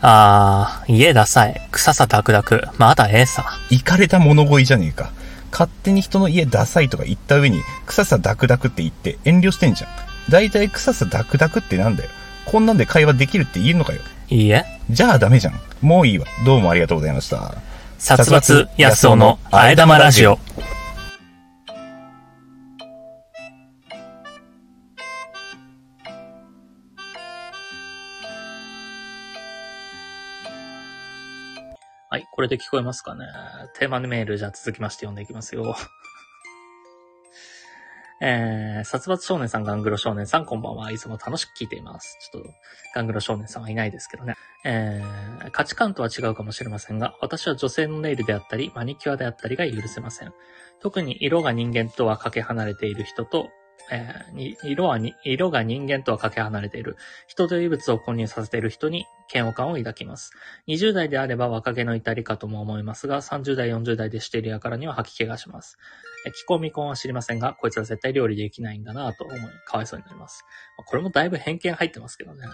あー、家ださい。臭さダクダク。まだええさ。
行かれた物乞いじゃねえか。勝手に人の家ダサいとか言った上に、臭さダクダクって言って遠慮してんじゃん。だいたい臭さダクダクってなんだよ。こんなんで会話できるって言えるのかよ。
いいえ。
じゃあダメじゃん。もういいわ。どうもありがとうございました。
殺伐安男のあえ玉ラジオ。はい、これで聞こえますかね。テーマメールじゃあ続きまして読んでいきますよ。 えー、殺伐少年さん、ガングロ少年さん、こんばんは。いつも楽しく聞いています。ちょっと、ガングロ少年さんはいないですけどね。えー価値観とは違うかもしれませんが、私は女性のネイルであったり、マニキュアであったりが許せません。特に色が人間とはかけ離れている人と、えーに色はに、色が人間とはかけ離れている人と異物を混入させている人に嫌悪感を抱きます。20代であれば若気の至りかとも思いますが、30代、40代でしているやからには吐き気がします。え気候未婚は知りませんが、こいつは絶対料理できないんだなぁと思い、かわいそうになります。まあこれもだいぶ偏見入ってますけどね。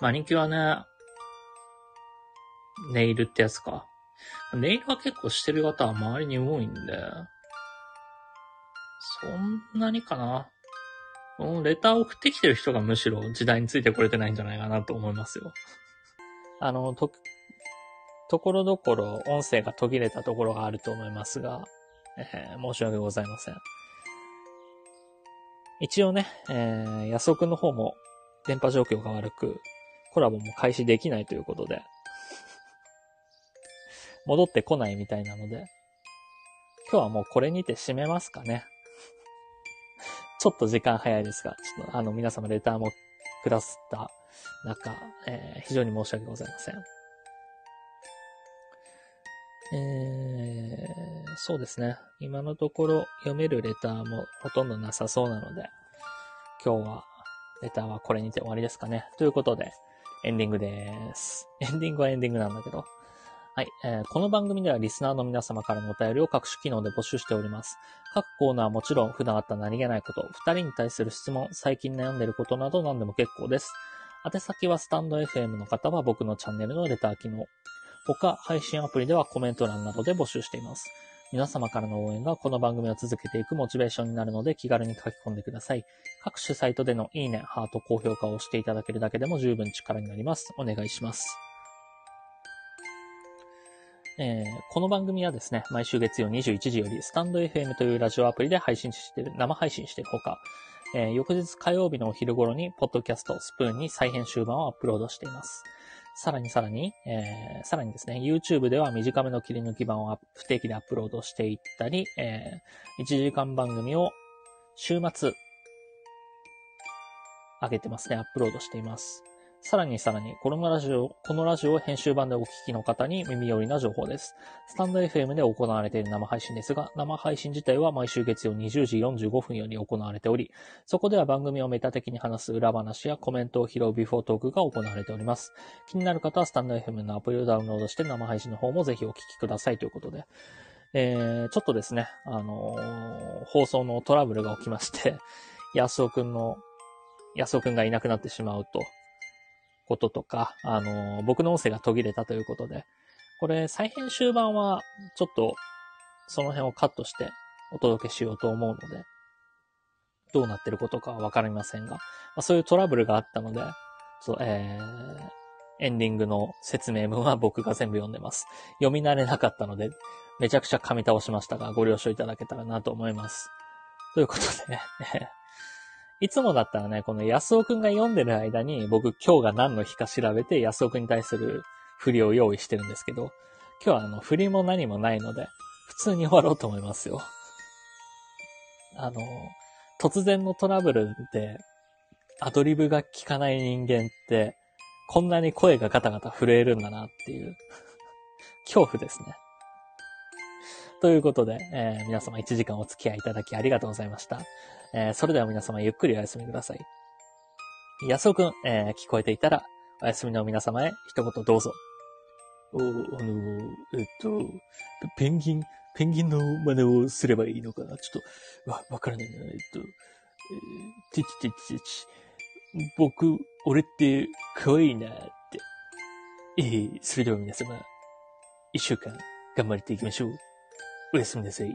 マニキュアね、ネイルってやつか。ネイルは結構してる方は周りに多いんで、そんなにかな。うん、レター送ってきてる人がむしろ時代についてこれてないんじゃないかなと思いますよ。あの、と、ところどころ音声が途切れたところがあると思いますが、えー申し訳ございません。一応ね、えー、安尾くんの方も電波状況が悪く、コラボも開始できないということで、戻ってこないみたいなので、今日はもうこれにて締めますかね。ちょっと時間早いですが、ちょっとあの皆様レターもくださった中、えー非常に申し訳ございません。えーそうですね。今のところ読めるレターもほとんどなさそうなので、今日は、レターはこれにて終わりですかね。ということで、エンディングです。エンディングはエンディングなんだけど。はい、えーこの番組ではリスナーの皆様からのお便りを各種機能で募集しております。各コーナーはもちろん普段あった何気ないこと、二人に対する質問、最近悩んでることなど何でも結構です。宛先はスタンド FM の方は僕のチャンネルのレター機能。他、配信アプリではコメント欄などで募集しています。皆様からの応援がこの番組を続けていくモチベーションになるので気軽に書き込んでください。各種サイトでのいいね、ハート、高評価を押していただけるだけでも十分力になります。お願いします。えーこの番組はですね、毎週月曜21時より、スタンド FM というラジオアプリで配信している、生配信しているほか、えー翌日火曜日のお昼頃に、ポッドキャストスプーンに再編集版をアップロードしています。さらにさらに、えーさらにですね、YouTube では短めの切り抜き版をアップ不定期でアップロードしていったり、えー1時間番組を週末、上げてますね、アップロードしています。さらにさらに、このラジオ、このラジオを編集版でお聞きの方に耳寄りな情報です。スタンド FM で行われている生配信ですが、生配信自体は毎週月曜20時45分より行われており、そこでは番組をメタ的に話す裏話やコメントを拾うビフォートークが行われております。気になる方はスタンド FM のアプリをダウンロードして生配信の方もぜひお聞きくださいということで。えー、ちょっとですね、あのー放送のトラブルが起きまして、安尾くんの、安尾くんがいなくなってしまうと、こととか、あのー僕の音声が途切れたということで、これ再編集版はちょっとその辺をカットしてお届けしようと思うので、どうなってることかはわかりませんが、まあ、そういうトラブルがあったので、そう、えー、エンディングの説明文は僕が全部読んでます。読み慣れなかったので、めちゃくちゃ噛み倒しましたが、ご了承いただけたらなと思います。ということでね、いつもだったらね、この安尾くんが読んでる間に、僕今日が何の日か調べて安尾くんに対する振りを用意してるんですけど、今日はあの、振りも何もないので、普通に終わろうと思いますよ。あの、突然のトラブルで、アドリブが効かない人間って、こんなに声がガタガタ震えるんだなっていう、恐怖ですね。ということで、えー皆様1時間お付き合いいただきありがとうございました。えーそれでは皆様ゆっくりお休みください。安尾くん、えー聞こえていたら、お休みの皆様へ一言どうぞ。お、あの、えっと、ペンギン、ペンギンの真似をすればいいのかなちょっと、わ、わからないな。えっと、てちてちてち。僕、俺って、可愛いなって。えーそれでは皆様、一週間、頑張っていきましょう。おやすみなさい。